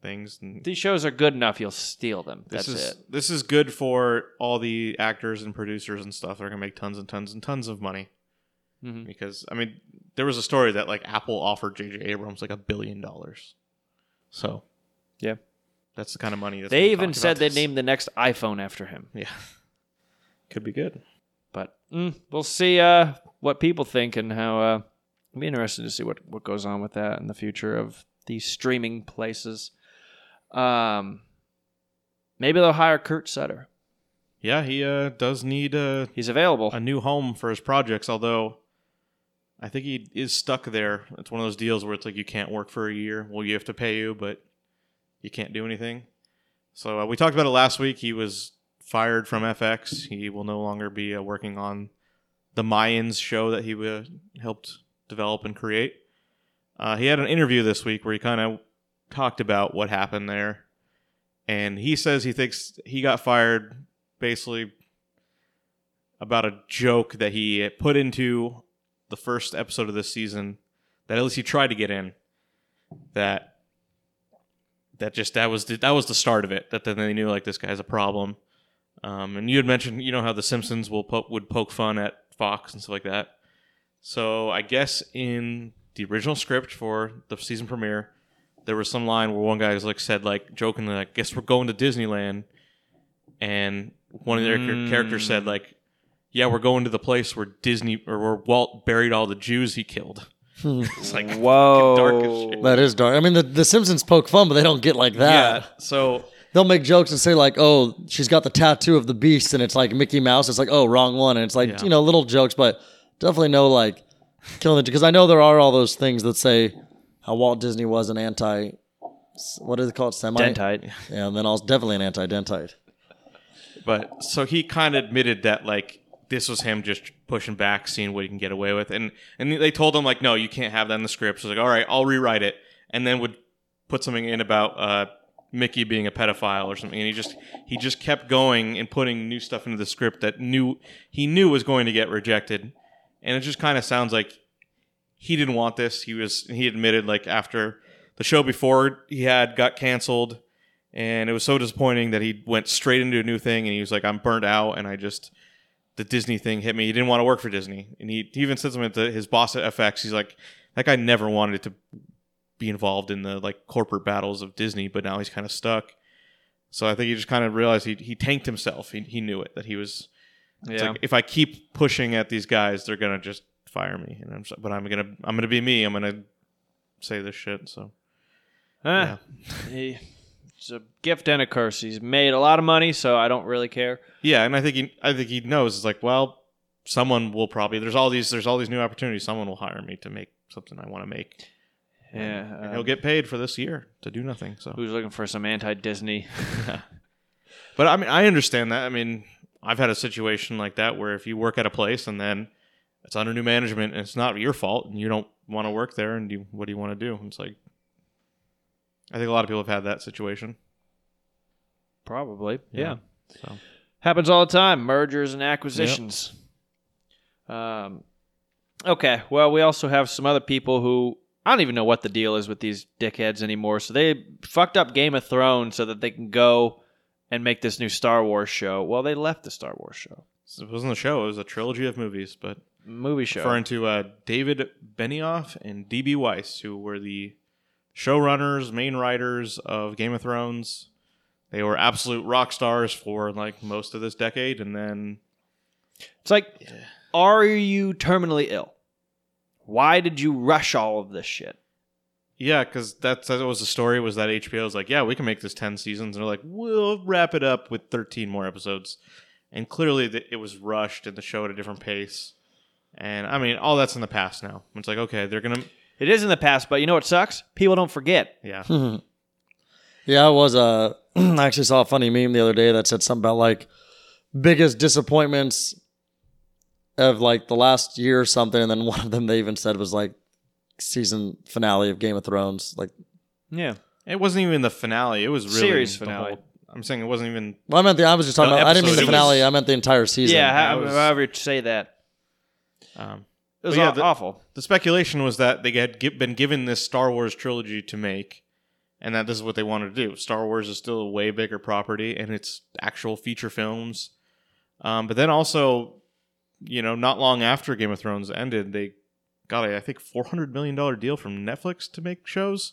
S3: things and
S2: these shows are good enough, you'll steal them.
S3: This
S2: That's
S3: is
S2: it.
S3: this is good for all the actors and producers and stuff. They're gonna make tons and tons and tons of money
S2: Mhm.
S3: because I mean, there was a story that like Apple offered J.J. Abrams like a billion dollars. So,
S2: Yeah.
S3: that's the kind of money. That's
S2: They
S3: being
S2: even
S3: talked
S2: said
S3: about
S2: they
S3: this.
S2: named the next iPhone after him.
S3: Yeah, could be good.
S2: But mm, we'll see uh, what people think and how. Uh, it'll be interested to see what, what goes on with that in the future of these streaming places. Um, maybe they'll hire Kurt Sutter.
S3: yeah, he uh, does need uh,
S2: He's available.
S3: a new home for his projects. Although, I think he is stuck there. It's one of those deals where it's like you can't work for a year. Well, you have to pay you, but you can't do anything. So uh, we talked about it last week. He was fired from FX. He will no longer be uh, working on the Mayans show that he uh, helped develop and create. Uh, he had an interview this week where he kind of talked about what happened there. And he says he thinks he got fired basically about a joke that he put into the first episode of this season that at least he tried to get in that that just that was the, that was the start of it that then they knew like this guy's a problem um, and you had mentioned you know how the simpsons will po- would poke fun at fox and stuff like that so i guess in the original script for the season premiere there was some line where one guy was like said like jokingly like guess we're going to disneyland and one of their char-
S2: Mm.
S3: characters said like yeah we're going to the place where disney or where walt buried all the jews he killed it's like
S2: Whoa.
S3: dark as shit.
S4: That is dark. I mean, the, the Simpsons poke fun, but they don't get like that.
S3: yeah so
S4: They'll make jokes and say like, "Oh, she's got the tattoo of the beast," and it's like Mickey Mouse. It's like, "Oh, wrong one," and it's like
S3: Yeah.
S4: you know little jokes, but definitely no like killing it because I know there are all those things that say how Walt Disney was an anti. What is it called? Semi.
S2: Dentite.
S4: Yeah, and then also definitely an anti-dentite.
S3: But so he kind of admitted that like this was him just pushing back, seeing what he can get away with, and and they told him like, no, you can't have that in the script. So he's like, all right, I'll rewrite it, and then would put something in about uh, Mickey being a pedophile or something. And he just he just kept going and putting new stuff into the script that knew he knew was going to get rejected, and it just kind of sounds like he didn't want this. He was he admitted like after the show before he had got canceled and it was so disappointing that he went straight into a new thing and he was like i'm burnt out and i just the disney thing hit me he didn't want to work for disney and he, he even said something to his boss at fx he's like that guy never wanted to be involved in the like corporate battles of disney but now he's kind of stuck so i think he just kind of realized he, he tanked himself he, he knew it that he was it's
S2: Yeah.
S3: like if i keep pushing at these guys they're gonna just fire me and i'm so- but i'm gonna i'm gonna be me i'm gonna say this shit so
S2: Huh. He, it's a gift and a curse. He's made a lot of money, so I don't really care.
S3: Yeah, and I think he, I think he knows. It's like, well, someone will probably. There's all these. There's all these new opportunities. Someone will hire me to make something I want to make.
S2: Yeah.
S3: And
S2: uh,
S3: he'll get paid for this year to do nothing. So,
S2: who's looking for some anti-Disney?
S3: but I mean, I understand that. I mean, I've had a situation like that where if you work at a place and then it's under new management and it's not your fault and you don't want to work there and you, what do you want to do? It's like, I think a lot of people have had that situation.
S2: Probably.
S3: Yeah.
S2: Yeah.
S3: So.
S2: Happens all the time. Mergers and acquisitions. Um, okay. Well, we also have some other people who I don't even know what the deal is with these dickheads anymore. So they fucked up Game of Thrones so that they can go and make this new Star Wars show. Well, they left the Star Wars show,
S3: It wasn't a show. It was a trilogy of movies, but
S2: movie show.
S3: referring to uh, David Benioff and D.B. Weiss, who were the showrunners, main writers of Game of Thrones. They were absolute rock stars for like most of this decade, and then
S2: It's like, are you terminally ill? Why did you rush all of this shit?
S3: yeah, because that's that was the story was that HBO was like, yeah, we can make this ten seasons, and they're like, we'll wrap it up with thirteen more episodes, and clearly th- it was rushed and the show at a different pace, and I mean all that's in the past now. It's like okay, they're gonna
S2: It is in the past, but you know what sucks? People don't forget.
S3: yeah
S4: Mm-hmm. Yeah, I was. Uh, I actually saw a funny meme the other day that said something about like biggest disappointments of like the last year or something, and then one of them they even said was like season finale of Game of Thrones. Like,
S2: Yeah.
S3: It wasn't even the finale. It was really
S2: Series
S3: the
S2: finale.
S3: whole- I'm saying it wasn't even.
S4: well, I meant the. I was just talking
S3: No,
S4: about. I didn't mean the
S3: episode, it
S4: finale.
S3: was-
S4: I meant the entire season.
S2: yeah,
S3: that
S2: how,
S3: was-
S2: however you say that.
S3: Um,
S2: It was
S3: But yeah,
S2: aw-
S3: the-
S2: awful.
S3: the speculation was that they had gi- been given this Star Wars trilogy to make, and that this is what they wanted to do. Star Wars is still a way bigger property, and it's actual feature films. Um, but then also, you know, not long after Game of Thrones ended, they got a I think 400 million dollar deal from Netflix to make shows.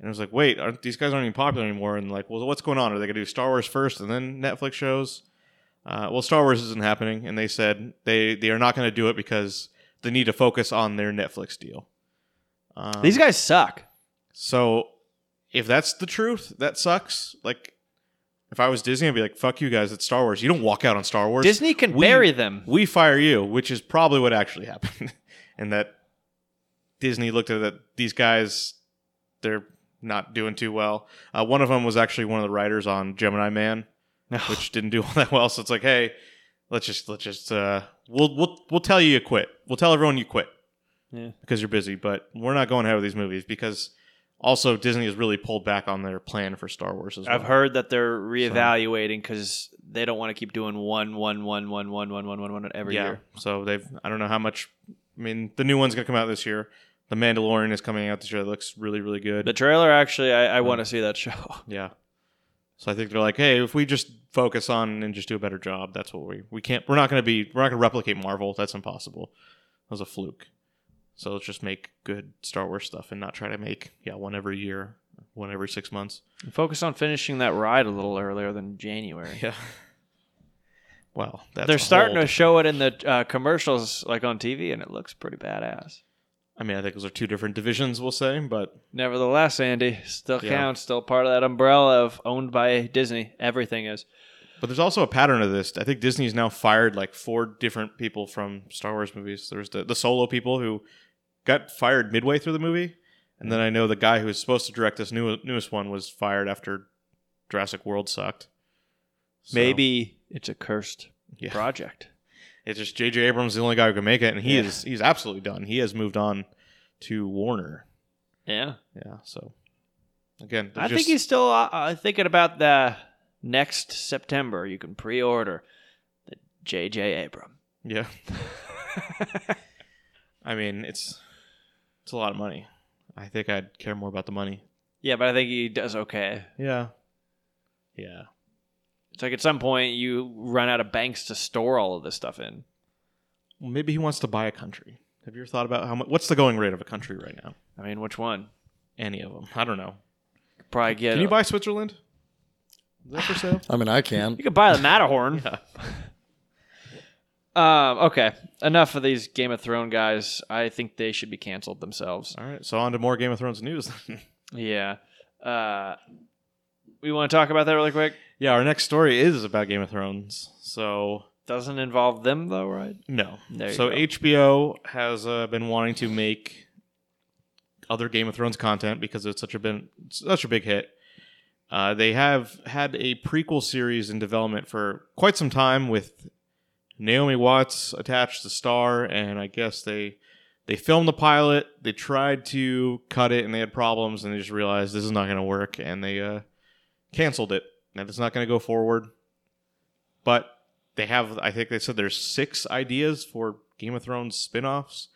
S3: And I was like, wait, aren't, these guys aren't even popular anymore. And like, well, what's going on? Are they going to do Star Wars first and then Netflix shows? Uh, well, Star Wars isn't happening, and they said they they are not going to do it because they need to focus on their Netflix deal. Um,
S2: These guys suck.
S3: So if that's the truth, that sucks. Like, If I was Disney, I'd be like, "Fuck you guys! It's Star Wars. You don't walk out on Star Wars.
S2: Disney can
S3: We-
S2: bury them.
S3: Um, we fire you," which is probably what actually happened, and that Disney looked at that these guys, they're not doing too well. Uh, one of them was actually one of the writers on Gemini Man, which didn't do all that well. So it's like, hey, let's just let's just uh, we'll we'll we'll tell you you quit. We'll tell everyone you quit
S2: Yeah.
S3: because you're busy. But we're not going ahead with these movies because also Disney has really pulled back on their plan for Star Wars as well.
S2: I've heard that they're reevaluating because they don't want to keep doing one, one, one, one, one, one, one, one, one every
S3: yeah.
S2: year.
S3: So they've I don't know how much. I mean, the new one's gonna come out this year. The Mandalorian is coming out this year. That looks really really good.
S2: The trailer, actually, I, I want to see that show.
S3: Yeah. So I think they're like, hey, if we just focus on and just do a better job, that's what we we can't. We're not going to be. We're not going to replicate Marvel. That's impossible. That was a fluke. So let's just make good Star Wars stuff and not try to make yeah one every year, one every six months.
S2: Focus on finishing that ride a little earlier than January.
S3: Yeah. Well, that's
S2: they're
S3: a
S2: starting
S3: whole-
S2: to show it in the uh, commercials, like on TV, and it looks pretty badass.
S3: I mean, I think those are two different divisions, we'll say, but
S2: Nevertheless, Andy still
S3: Yeah.
S2: counts, still part of that umbrella of owned by Disney. Everything is.
S3: But there's also a pattern of this. I think Disney's now fired like four different people from Star Wars movies. There's the, the solo people who got fired midway through the movie, and
S2: Mm.
S3: then I know the guy who was supposed to direct this new, newest one was fired after Jurassic World sucked. So,
S2: Maybe it's a cursed
S3: yeah.
S2: project.
S3: it's just J.J. Abrams is the only guy who can make it, and he
S2: Yeah.
S3: is he's absolutely done. He has moved on to Warner.
S2: Yeah,
S3: Yeah, so again, they're
S2: I think
S3: just-
S2: he's still uh, uh, thinking about the next September. You can pre-order the J.J. Abram.
S3: yeah. I mean, it's it's a lot of money. I think I'd care more about the money
S2: yeah, but I think he does okay.
S3: Yeah. Yeah.
S2: It's like at some point you run out of banks to store all of this stuff in.
S3: Well, maybe he wants to buy a country. Have you ever thought about how much? What's the going rate of a country right now?
S2: I mean, which one?
S3: Any of them? I don't know.
S2: Probably get.
S3: Can you buy Switzerland? Is that for sale?
S4: I mean, I can.
S2: You could buy the Matterhorn.
S3: yeah.
S2: Um, okay, enough of these Game of Thrones guys. I think they should be canceled themselves.
S3: All right. So on to more Game of Thrones news.
S2: Yeah. Uh, we want to talk about that really quick.
S3: yeah. Our next story is about Game of Thrones. So
S2: Doesn't involve them though, right?
S3: no.
S2: There you
S3: so
S2: go.
S3: HBO has uh, been wanting to make other Game of Thrones content because it's such a been such a big hit. Uh, they have had a prequel series in development for quite some time with Naomi Watts attached to star, and I guess they they filmed the pilot. They tried to cut it, and they had problems, and they just realized this is not going to work, and they uh, canceled it. And it's not going to go forward. But they have, I think they said there's six ideas for Game of Thrones spin-offs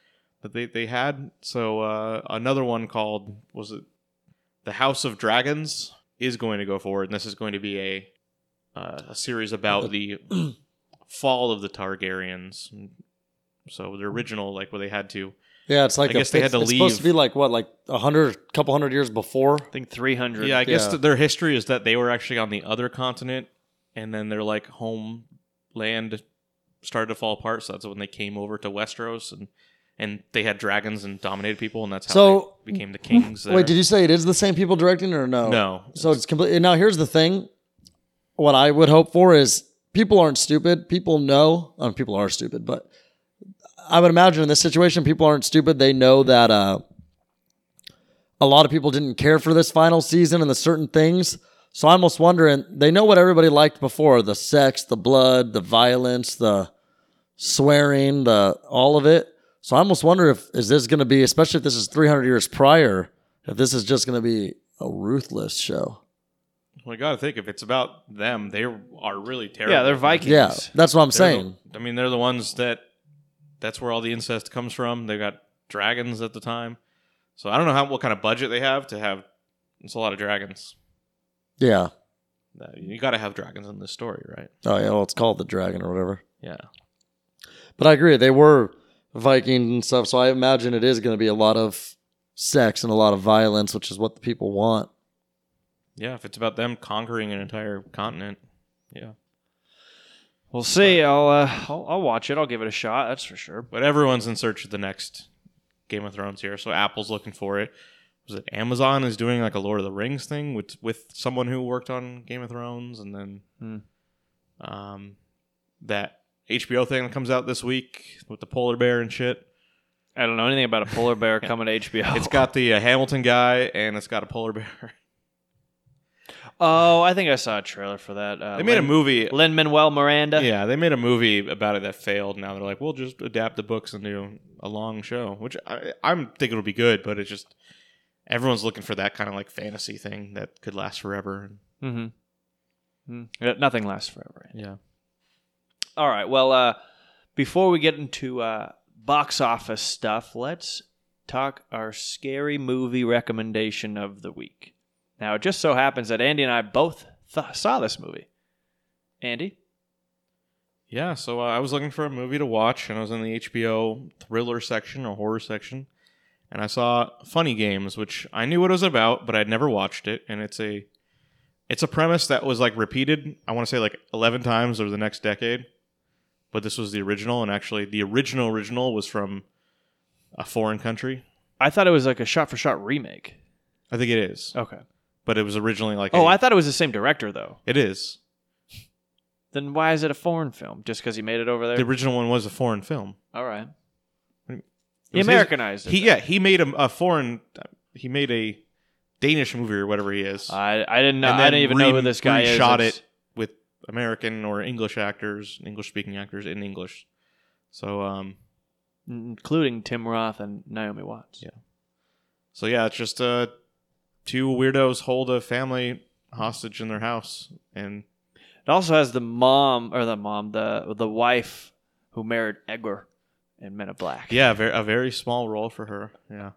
S3: that they they had. So uh, another one called was it the House of Dragons is going to go forward, and this is going to be a uh, a series about the fall of the Targaryens. So the original, like where they had to,
S4: Yeah, it's like
S3: I guess
S4: a,
S3: they had
S4: it's,
S3: to
S4: it's supposed
S3: leave.
S4: to be like what, like a hundred, couple hundred years before.
S2: I think three hundred.
S3: yeah, I guess
S4: Yeah.
S3: th- their history is that they were actually on the other continent, and then their like homeland started to fall apart. So that's when they came over to Westeros, and and they had dragons and dominated people, and that's how
S4: So-
S3: they became the kings. There.
S4: Wait, did you say it is the same people directing or
S2: Oh.
S4: no?
S3: No.
S4: So it's completely. Now here's the thing. What I would hope for is people aren't stupid. People know. Um, people are stupid, but I would imagine in this situation, people aren't stupid. They know that uh, a lot of people didn't care for this final season and the certain things. So I almost wonder, and they know what everybody liked before: the sex, the blood, the violence, the swearing, the all of it. So I almost wonder if is this going to be, especially if this is 300 years prior, if this is just going to be a ruthless show.
S3: Well, you got to think if it's about them, they are really terrible.
S2: Yeah, they're Vikings.
S4: Yeah, that's what
S3: They're
S4: I'm
S3: the-
S4: saying.
S3: I mean, they're the ones that that's where all the incest comes from. They got dragons at the time, so I don't know how what kind of budget they have to have. It's a lot of dragons.
S4: Yeah.
S3: Uh, You got to have dragons in this story, right?
S4: Oh yeah. Well, it's called the Dragon or whatever.
S3: Yeah.
S4: But I agree. They were Viking and stuff, so I imagine it is going to be a lot of sex and a lot of violence, which is what the people want.
S3: Yeah, if it's about them conquering an entire continent. Yeah.
S2: We'll see. I'll, uh, I'll I'll watch it. I'll give it a shot. That's for sure.
S3: But everyone's in search of the next Game of Thrones here, so Apple's looking for it. was it Amazon is doing like a Lord of the Rings thing with with someone who worked on Game of Thrones, and then
S2: Hmm.
S3: um, that HBO thing that comes out this week with the polar bear and shit.
S2: I don't know anything about a polar bear coming to HBO.
S3: It's got the uh, Hamilton guy and it's got a polar bear.
S2: Oh, I think I saw a trailer for that. Uh,
S3: they made a movie.
S2: Lin Manuel Miranda.
S3: Yeah, they made a movie about it that failed. Now they're like, we'll just adapt the books and do a long show, which I, I'm thinking it'll be good, but it's just everyone's looking for that kind of like fantasy thing that could last forever.
S2: Mm-hmm. Mm. Yeah, Nothing lasts forever.
S3: Yeah.
S2: All right. Well, uh, before we get into uh, box office stuff, let's talk our scary movie recommendation of the week. Now, it just so happens that Andy and I both th- saw this movie. Andy?
S3: Yeah, so uh, I was looking for a movie to watch, and I was in the HBO thriller section or horror section, and I saw Funny Games, which I knew what it was about, but I'd never watched it, and it's a it's a premise that was like repeated, I want to say like eleven times over the next decade, but this was the original, and actually the original original was from a foreign country.
S2: I thought it was like a shot for shot remake.
S3: I think it is,
S2: Okay.
S3: but it was originally like
S2: Oh,
S3: a-
S2: I thought it was the same director, though.
S3: it is.
S2: Then why is it a foreign film? Just because he made it over there?
S3: The original one was a foreign film.
S2: All right.
S3: It
S2: He
S3: was his-
S2: Americanized it.
S3: He yeah, he made a, a foreign. He made a Danish movie or whatever he is.
S2: I, I didn't know.
S3: and
S2: Uh, I
S3: then
S2: didn't even know who this guy is.
S3: Shot
S2: It's-
S3: it with American or English actors, English speaking actors in English. So um,
S2: including Tim Roth and Naomi Watts.
S3: Yeah. so yeah, it's just uh, two weirdos hold a family hostage in their house, and
S2: It also has the mom or the mom, the the wife who married Edgar in Men in Black.
S3: yeah, a very, a very small role for her. Yeah.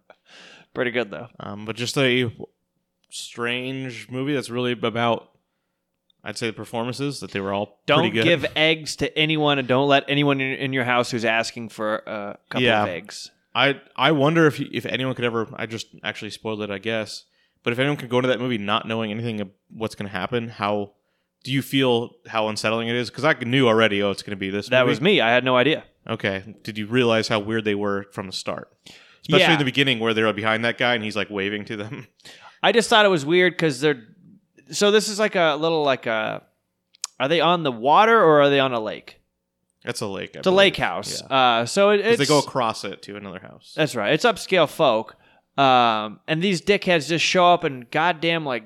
S2: pretty good though.
S3: Um, but just a strange movie that's really about. I'd say the performances that they were all
S2: Don't
S3: pretty good.
S2: give eggs to anyone, and don't let anyone in, in your house who's asking for a couple
S3: Yeah.
S2: of eggs.
S3: I I wonder if if anyone could ever. I just actually spoiled it, I guess. But if anyone could go to that movie not knowing anything of what's going to happen, how do you feel? How unsettling it is? Because I knew already. Oh, it's going to be this.
S2: That
S3: movie.
S2: was me. I had no idea.
S3: Okay. Did you realize how weird they were from the start? Especially
S2: Yeah.
S3: in the beginning, where they're behind that guy and he's like waving to them.
S2: I just thought it was weird because they're. So this is like a little like a. Are they on the water or are they on a lake?
S3: That's a lake. I
S2: It's a
S3: believe.
S2: lake house. Uh, so it,
S3: 'Cause
S2: it's
S3: they go across it to another house.
S2: That's right. It's upscale folk. Um, and these dickheads just show up in goddamn like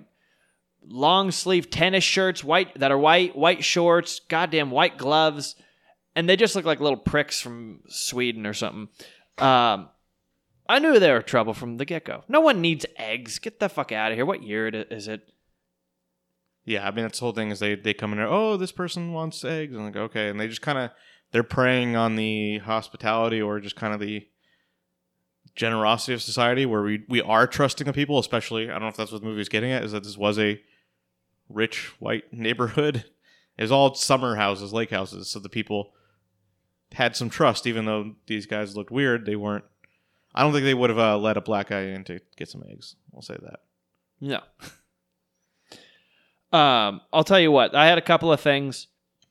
S2: long sleeve tennis shirts, white that are white, white shorts, goddamn white gloves, and they just look like little pricks from Sweden or something. Um, I knew they were trouble from the get go. No one needs eggs. Get the fuck out of here. What year it- is it?
S3: Yeah, I mean that's the whole thing is they they come in there. Oh, this person wants eggs, and like okay, and they just kind of they're preying on the hospitality or just kind of the generosity of society where we we are trusting the people. Especially, I don't know if that's what the movie was getting at is that this was a rich white neighborhood. It was all summer houses, lake houses, so the people had some trust, even though these guys looked weird. They weren't. I don't think they would have uh, let a black guy in to get some eggs. I'll say that.
S2: No. Um, I'll tell you what. I had a couple of things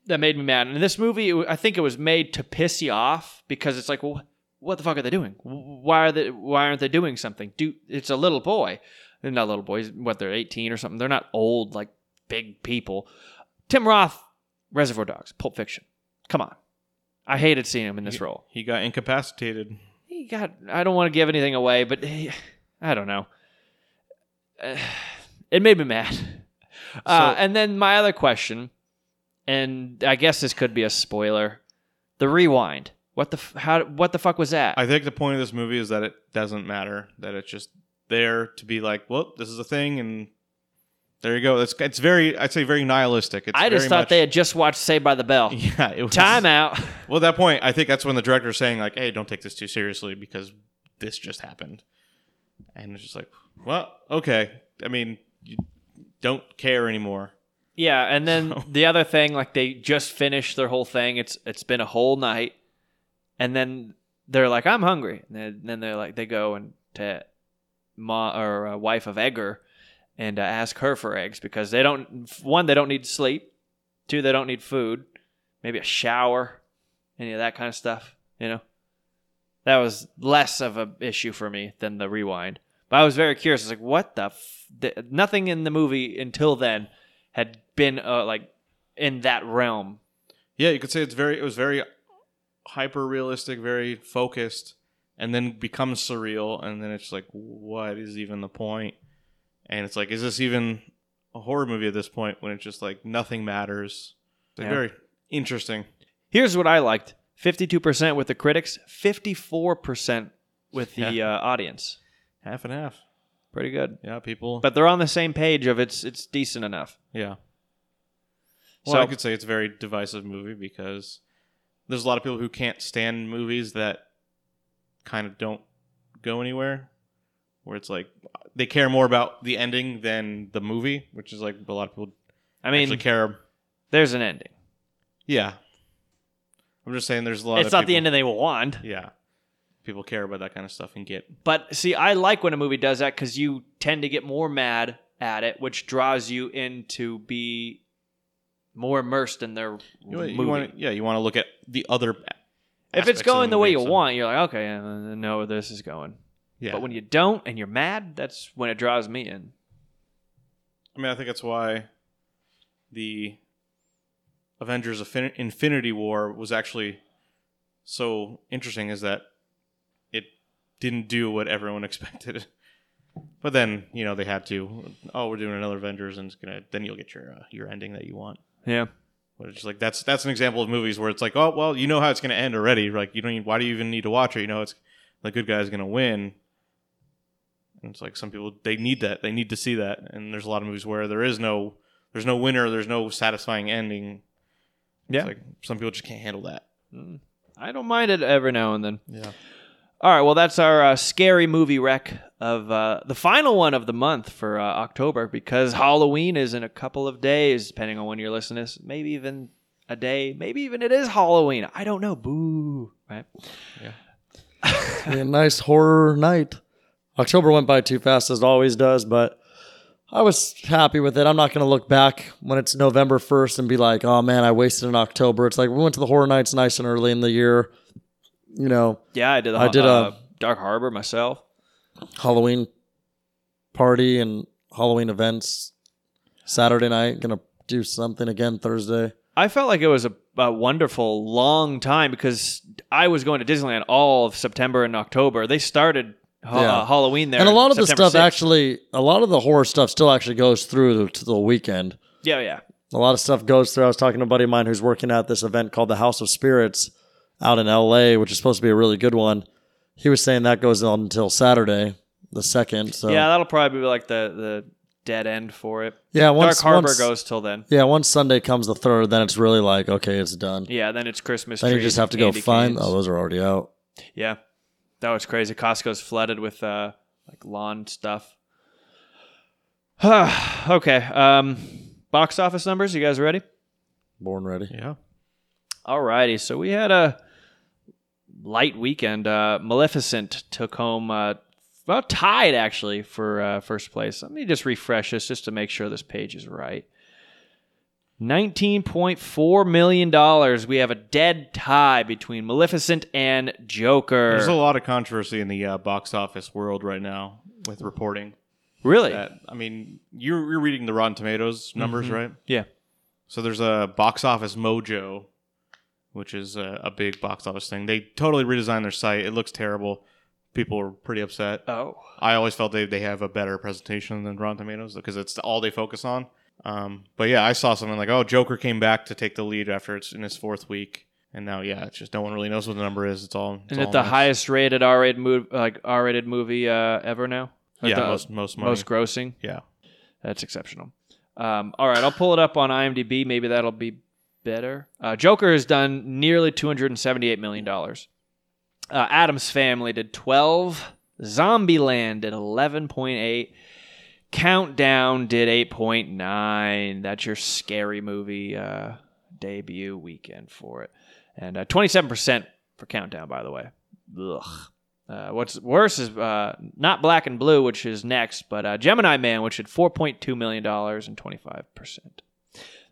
S2: that made me mad, and this movie, it wa- I think it was made to piss you off because it's like, well, what the fuck are they doing? Wh- Why are they? Why aren't they doing something? Do it's a little boy. They're not little boys. What they're eighteen or something. They're not old like big people. Tim Roth, Reservoir Dogs, Pulp Fiction. Come on, I hated seeing him in this role
S3: He got incapacitated.
S2: he got i don't want to give anything away but he, i don't know Uh, it made me mad uh,
S3: So-
S2: and then my other question and i guess this could be a spoiler the rewind what the f- how what the fuck was that
S3: I think the point of this movie is that it doesn't matter. That it's just there to be like, well, this is a thing, and there you go. It's it's very, I'd say, very nihilistic. It's
S2: I just
S3: very
S2: thought
S3: much-
S2: they had just watched saved by the bell
S3: yeah, it was,
S2: time out
S3: Well, at that point, I think that's when the director's saying like, hey, don't take this too seriously because this just happened, and it's just like, well, okay. I mean, you don't care anymore.
S2: yeah and then
S3: So-
S2: the other thing like they just finished their whole thing it's it's been a whole night and then they're like, "I'm hungry," and then, then they're like, they go and to ma or uh, wife of Edgar and uh, ask her for eggs because they don't one they don't need sleep, two they don't need food, maybe a shower, any of that kind of stuff. You know, that was less of a issue for me than the rewind. But I was very curious. I was like, what the? F-? th- Nothing in the movie until then had been uh, like in that realm.
S3: Yeah, you could say it's very it was very hyper realistic, very focused, and then becomes surreal, and then it's like, what is even the point? And it's like, is this even a horror movie at this point when it's just like nothing matters? It's like
S2: Yeah.
S3: very interesting.
S2: Here's what I liked: fifty-two percent with the critics, fifty-four percent with the uh, audience.
S3: Half and half.
S2: Pretty good.
S3: Yeah, people
S2: But they're on the same page of it's it's decent enough.
S3: Yeah. Well,
S2: So-
S3: I could say it's a very divisive movie because there's a lot of people who can't stand movies that kind of don't go anywhere, where it's like they care more about the ending than the movie, which is like a lot of people
S2: I mean,
S3: actually care.
S2: there's an ending.
S3: Yeah. I'm just saying there's a lot
S2: It's
S3: of
S2: not
S3: people,
S2: the ending they want.
S3: Yeah. People care about that kind of stuff and get
S2: But see, I like when a movie does that because you tend to get more mad at it, which draws you in to be more immersed in their
S3: you,
S2: movie.
S3: want yeah, you want to look at the other
S2: if it's
S3: aspects of
S2: going the way
S3: movie,
S2: you
S3: so-
S2: want, you're like, okay, I know where this is going.
S3: Yeah.
S2: But when you don't and you're mad, that's when it draws me in.
S3: I mean, I think that's why the Avengers Affin- Infinity War was actually so interesting, is that it didn't do what everyone expected. But then, you know, they had to. Oh, we're doing another Avengers, and it's gonna. Then you'll get your uh, your ending that you want.
S2: Yeah.
S3: But it's just like that's that's an example of movies where it's like, oh well, you know how it's gonna end already. Like you don't. Even, why do you even need to watch it? You know, it's the good guy's gonna win. And it's like some people they need that. They need to see that. And there's a lot of movies where there is no there's no winner. There's no satisfying ending. It's
S2: Yeah.
S3: like some people just can't handle that.
S2: Mm. I don't mind it every now and then.
S3: Yeah.
S2: All right, well, that's our uh, scary movie wreck of uh, the final one of the month for uh, October because Halloween is in a couple of days, depending on when you're listening to this. Maybe even a day. Maybe even it is Halloween. I don't know. Boo. Right?
S4: be a nice horror night. October went by too fast as it always does, but I was happy with it. I'm not going to look back when it's November 1st and be like, "Oh man, I wasted an October." It's like we went to the horror nights nice and early in the year. You know,
S2: Yeah, I did. The,
S4: I did,
S2: uh,
S4: uh,
S2: Dark Harbor myself.
S4: Halloween party and Halloween events Saturday night. Going to do something again Thursday.
S2: I felt like it was a, a wonderful long time because I was going to Disneyland all of September and October. They started ha-
S4: Yeah.
S2: uh, Halloween there,
S4: and a lot of the
S2: September
S4: stuff
S2: 6th.
S4: actually, a lot of the horror stuff still actually goes through to the weekend.
S2: yeah, yeah,
S4: a lot of stuff goes through. I was talking to a buddy of mine who's working at this event called the House of Spirits out in LA, which is supposed to be a really good one. He was saying that goes on until Saturday, the second. So
S2: yeah. That'll probably be like the the dead end for it.
S4: yeah once,
S2: Dark Harbor
S4: once-
S2: goes till then.
S4: Yeah, once Sunday comes the third, then it's really like okay, it's done.
S2: Yeah, then it's Christmas.
S4: then you
S2: trees
S4: just have to
S2: and
S4: go
S2: candy
S4: find.
S2: canes.
S4: Oh, those are already out.
S2: Yeah, that was crazy. Costco's flooded with uh, like lawn stuff. okay. Um, box office numbers. You guys ready?
S4: Born ready.
S3: Yeah.
S2: Alrighty. So we had a light weekend. Uh, Maleficent took home. Uh, well, tied actually for uh, first place. Let me just refresh this just to make sure this page is right. $19.4 million. We have a dead tie between Maleficent and Joker.
S3: There's a lot of controversy in the uh, box office world right now with reporting.
S2: Really?
S3: That I mean, you're, you're reading the Rotten Tomatoes numbers, right?
S2: Yeah.
S3: So there's a box office mojo, which is a, a big box office thing. They totally redesigned their site. It looks terrible. People are pretty upset.
S2: Oh.
S3: I always felt they, they have a better presentation than Rotten Tomatoes because it's all they focus on. Um, but yeah, I saw something like, oh, Joker came back to take the lead after it's in his fourth week. And now, yeah, it's just no one really knows what the number is. It's all. It's
S2: And
S3: all
S2: it the
S3: nuts.
S2: highest rated R-rated movie, like R-rated movie uh, ever now. Like
S3: Yeah,
S2: the
S3: most, most money.
S2: most grossing.
S3: yeah.
S2: That's exceptional. Um, all right, I'll pull it up on IMDb. Maybe that'll be better. Uh, Joker has done nearly two hundred and seventy-eight million dollars. Uh, Adam's Family did twelve. Zombieland did eleven point eight. Countdown did eight point nine. That's your scary movie uh, debut weekend for it, and uh, twenty-seven percent for Countdown, by the way. Ugh. Uh, what's worse is uh, not Black and Blue, which is next, but uh, Gemini Man, which had $4.2 million and 25%.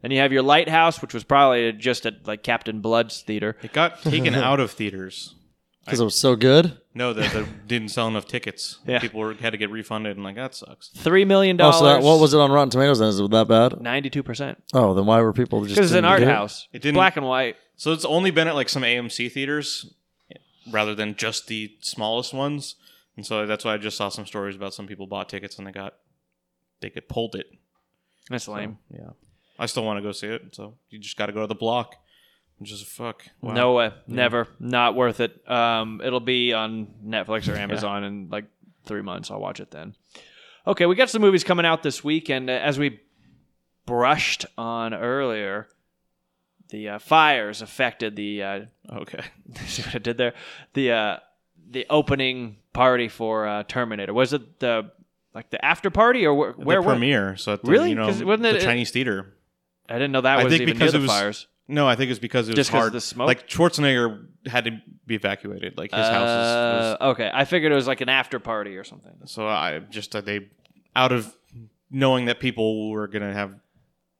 S2: Then you have your Lighthouse, which was probably just at like Captain Blood's theater.
S3: It got taken out of theaters.
S4: because it was so good.
S3: No, that they didn't sell enough tickets.
S2: Yeah.
S3: People were, had to get refunded, and like that sucks.
S2: Three million
S4: Oh,
S2: dollars.
S4: so that, what was it on Rotten Tomatoes? Then is it that bad?
S2: Ninety-two percent.
S4: Oh, then why were people just?
S2: Because it's an
S4: didn't
S2: art
S4: get it?
S2: house.
S3: It
S2: It
S3: didn't-
S2: didn't black and white.
S3: So it's only been at like some AMC theaters, rather than just the smallest ones. And so that's why I just saw some stories about some people bought tickets and they got they get pulled it.
S2: That's lame.
S3: Yeah, I still want to go see it. So you just got to go to the block. I'm just fuck. Wow.
S2: No way. Never. Not worth it. Um, it'll be on Netflix or Amazon in like three months. I'll watch it then. Okay, we got some movies coming out this week, and uh, as we brushed on earlier, the uh, fires affected the. Uh,
S3: Okay.
S2: see what I did there? The uh, the opening party for uh, Terminator was it the like the after party or where? where
S3: the
S2: were-
S3: premiere. So at the,
S2: Really?
S3: you know,
S2: 'Cause wasn't it-
S3: the Chinese theater.
S2: I didn't know that
S3: I
S2: was
S3: think
S2: even
S3: because
S2: near the
S3: it was-
S2: fires.
S3: No, I think it's because it was
S2: Just 'cause of
S3: hard.
S2: the smoke?
S3: Like Schwarzenegger had to be evacuated. Like his house is, was
S2: Uh, okay, I figured it was like an after party or something.
S3: So I just uh, they out of knowing that people were gonna have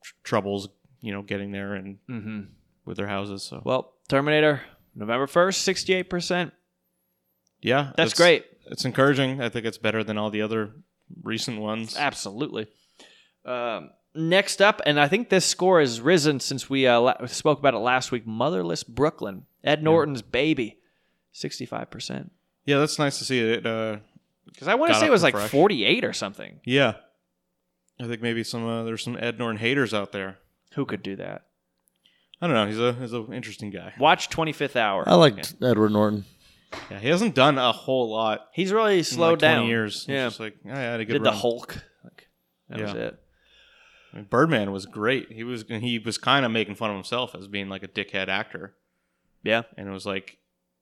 S3: tr- troubles, you know, getting there and
S2: Mm-hmm.
S3: with their houses. So
S2: Well, Terminator, November 1st, 68%.
S3: yeah,
S2: That's
S3: it's-
S2: great.
S3: It's encouraging. I think it's better than all the other recent ones.
S2: Absolutely. Um, next up, and I think this score has risen since we uh, la- spoke about it last week Motherless Brooklyn, Ed Norton's baby, 65%.
S3: Yeah, that's nice to see it. Uh,
S2: Because I want to
S3: Got
S2: say
S3: up
S2: it was
S3: and
S2: like
S3: fresh.
S2: 48 or something.
S3: yeah, I think maybe some uh, there's some Ed Norton haters out there.
S2: Who could do that?
S3: I don't know. He's a he's an interesting guy.
S2: Watch 25th Hour.
S4: I liked Edward Norton.
S3: Yeah, he hasn't done a whole lot.
S2: He's really
S3: in,
S2: slowed
S3: like, 20
S2: down.
S3: Years. It's
S2: Yeah.
S3: just like I had a good
S2: Did the
S3: run.
S2: Hulk. Like, that was
S3: Yeah.
S2: it.
S3: I mean, Birdman was great. He was he was kind of making fun of himself as being like a dickhead actor,
S2: Yeah.
S3: and it was like,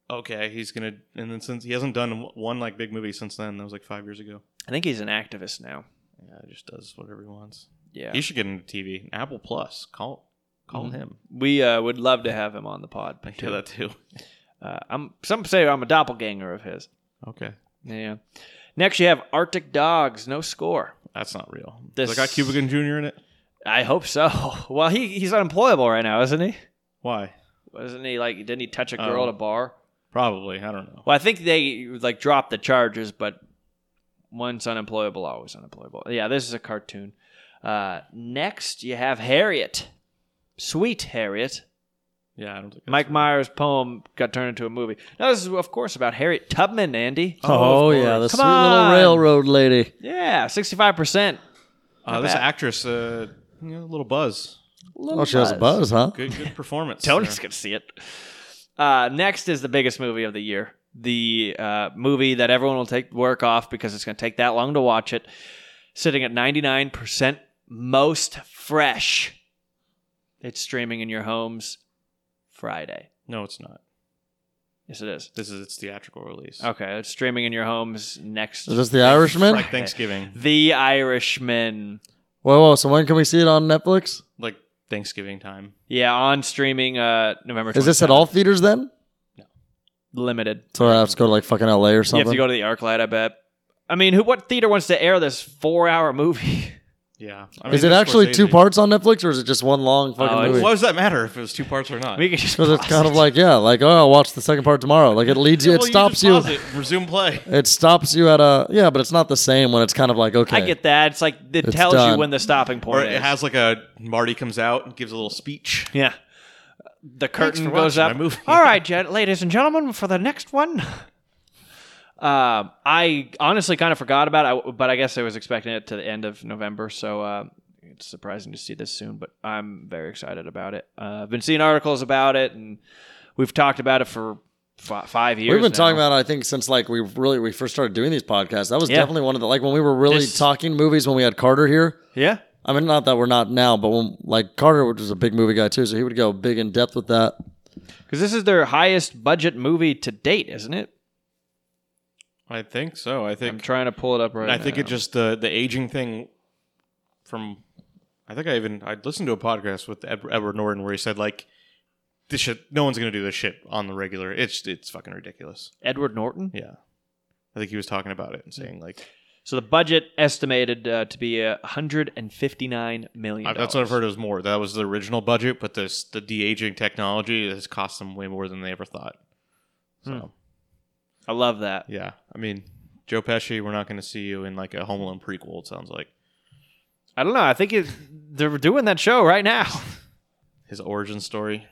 S3: okay, he's gonna. And then since he hasn't done one like big movie since then, that was like five years ago.
S2: I think he's an activist now.
S3: Yeah, he just does whatever he wants.
S2: Yeah.
S3: He should get into TV. Apple Plus, call call
S2: Mhm.
S3: him.
S2: we uh, would love to have him on the pod.
S3: I
S2: too.
S3: hear that too.
S2: Uh, I'm some say I'm a doppelganger of his.
S3: Okay,
S2: Yeah. Next, you have Arctic Dogs. No score.
S3: that's not real.
S2: This-
S3: Does it got Cuba Gooding Jr. in it?
S2: I hope so. Well, he he's unemployable right now, isn't he?
S3: Why?
S2: Wasn't he like? Didn't he touch a girl
S3: Oh.
S2: at a bar?
S3: Probably. I don't know.
S2: Well, I think they like dropped the charges, but once unemployable, always unemployable. Yeah, this is a cartoon. Uh, next, you have Harriet. Sweet Harriet.
S3: Yeah, I don't think. that's
S2: Mike
S3: real.
S2: Myers' poem got turned into a movie. Now, this is, of course, about Harriet Tubman, Andy.
S4: Oh, yeah, the
S2: Come
S4: sweet
S2: on.
S4: little railroad lady.
S2: Yeah, 65%.
S3: Uh, this
S2: bad.
S3: actress, uh, you know, a little buzz.
S4: Oh, she has a buzz, huh?
S3: Good, good performance.
S2: Tony's
S3: there.
S2: gonna see it. Uh, next is the biggest movie of the year. The uh, movie that everyone will take work off because it's gonna take that long to watch it. Sitting at ninety nine percent, most fresh. It's streaming in your homes Friday.
S3: No, it's not.
S2: Yes, it is.
S3: This is its theatrical release.
S2: Okay, it's streaming in your homes next.
S4: Is this The Irishman?
S3: Like Thanksgiving,
S2: the Irishman.
S4: Whoa, whoa. So when can we see it on Netflix?
S3: like Thanksgiving time.
S2: Yeah, on streaming uh, November.
S4: Is this at
S2: 27th.
S4: all theaters then?
S2: limited?
S4: So I have to go to like fucking LA or
S2: You have
S4: something.
S2: to go to the ArcLight, I bet. I mean, who? What theater wants to air this four-hour movie?
S3: Yeah. I
S4: is it
S3: it's
S4: actually two
S3: Scorsese.
S4: parts on Netflix or is it just one long fucking
S2: Oh, it's-
S4: movie?
S3: Why does that matter if it was two parts or not?
S2: We could just
S4: Because it's
S2: pause
S4: kind of
S2: it.
S4: like yeah, like oh, I'll watch the second part tomorrow. Like it leads you,
S3: Well,
S4: it stops
S3: just
S4: you,
S3: pause it, resume play.
S4: it stops you at a yeah, but it's not the same when it's kind of like okay,
S2: I get that. It's like it
S4: It's
S2: tells you
S4: done.
S2: when the stopping
S3: Or
S2: point
S3: it
S2: is.
S3: has like a Marty comes out and gives a little speech.
S2: yeah. The curtain
S3: for
S2: goes
S3: watching
S2: up.
S3: my movie.
S2: All right, gen- ladies and gentlemen, for the next one. Um, I honestly kind of forgot about it, but I guess I was expecting it to the end of November, so uh, it's surprising to see this soon. But I'm very excited about it. Uh, I've been seeing articles about it, and we've talked about it for fi- five years.
S4: We've been talking
S2: now.
S4: about it, I think since like we really we first started doing these podcasts. That was
S2: Yeah.
S4: definitely one of the like when we were really
S2: This-
S4: talking movies when we had Carter here.
S2: yeah.
S4: I mean, not that we're not now, but when, like Carter, which was a big movie guy too, so he would go big in depth with that.
S2: Because this is their highest budget movie to date, isn't it?
S3: I think so. I
S2: I'm
S3: think.
S2: trying to pull it up right
S3: I think
S2: now.
S3: it just the the aging thing. From, I think I even I listened to a podcast with Ed- Edward Norton where he said like, this shit. No one's gonna do this shit on the regular. It's it's fucking ridiculous.
S2: Edward Norton.
S3: Yeah. I think he was talking about it and saying like
S2: So the budget estimated uh, to be uh, 159 million.
S3: I- that's what I've heard. It was more. That was the original budget,
S2: Hmm.
S3: but this the de aging technology has cost them way more than they ever thought. So
S2: I love that.
S3: Yeah, I mean, Joe Pesci, we're not going to see you in like a Home Alone prequel. It sounds like
S2: I don't know. I think it, they're doing that show right now.
S3: his origin story,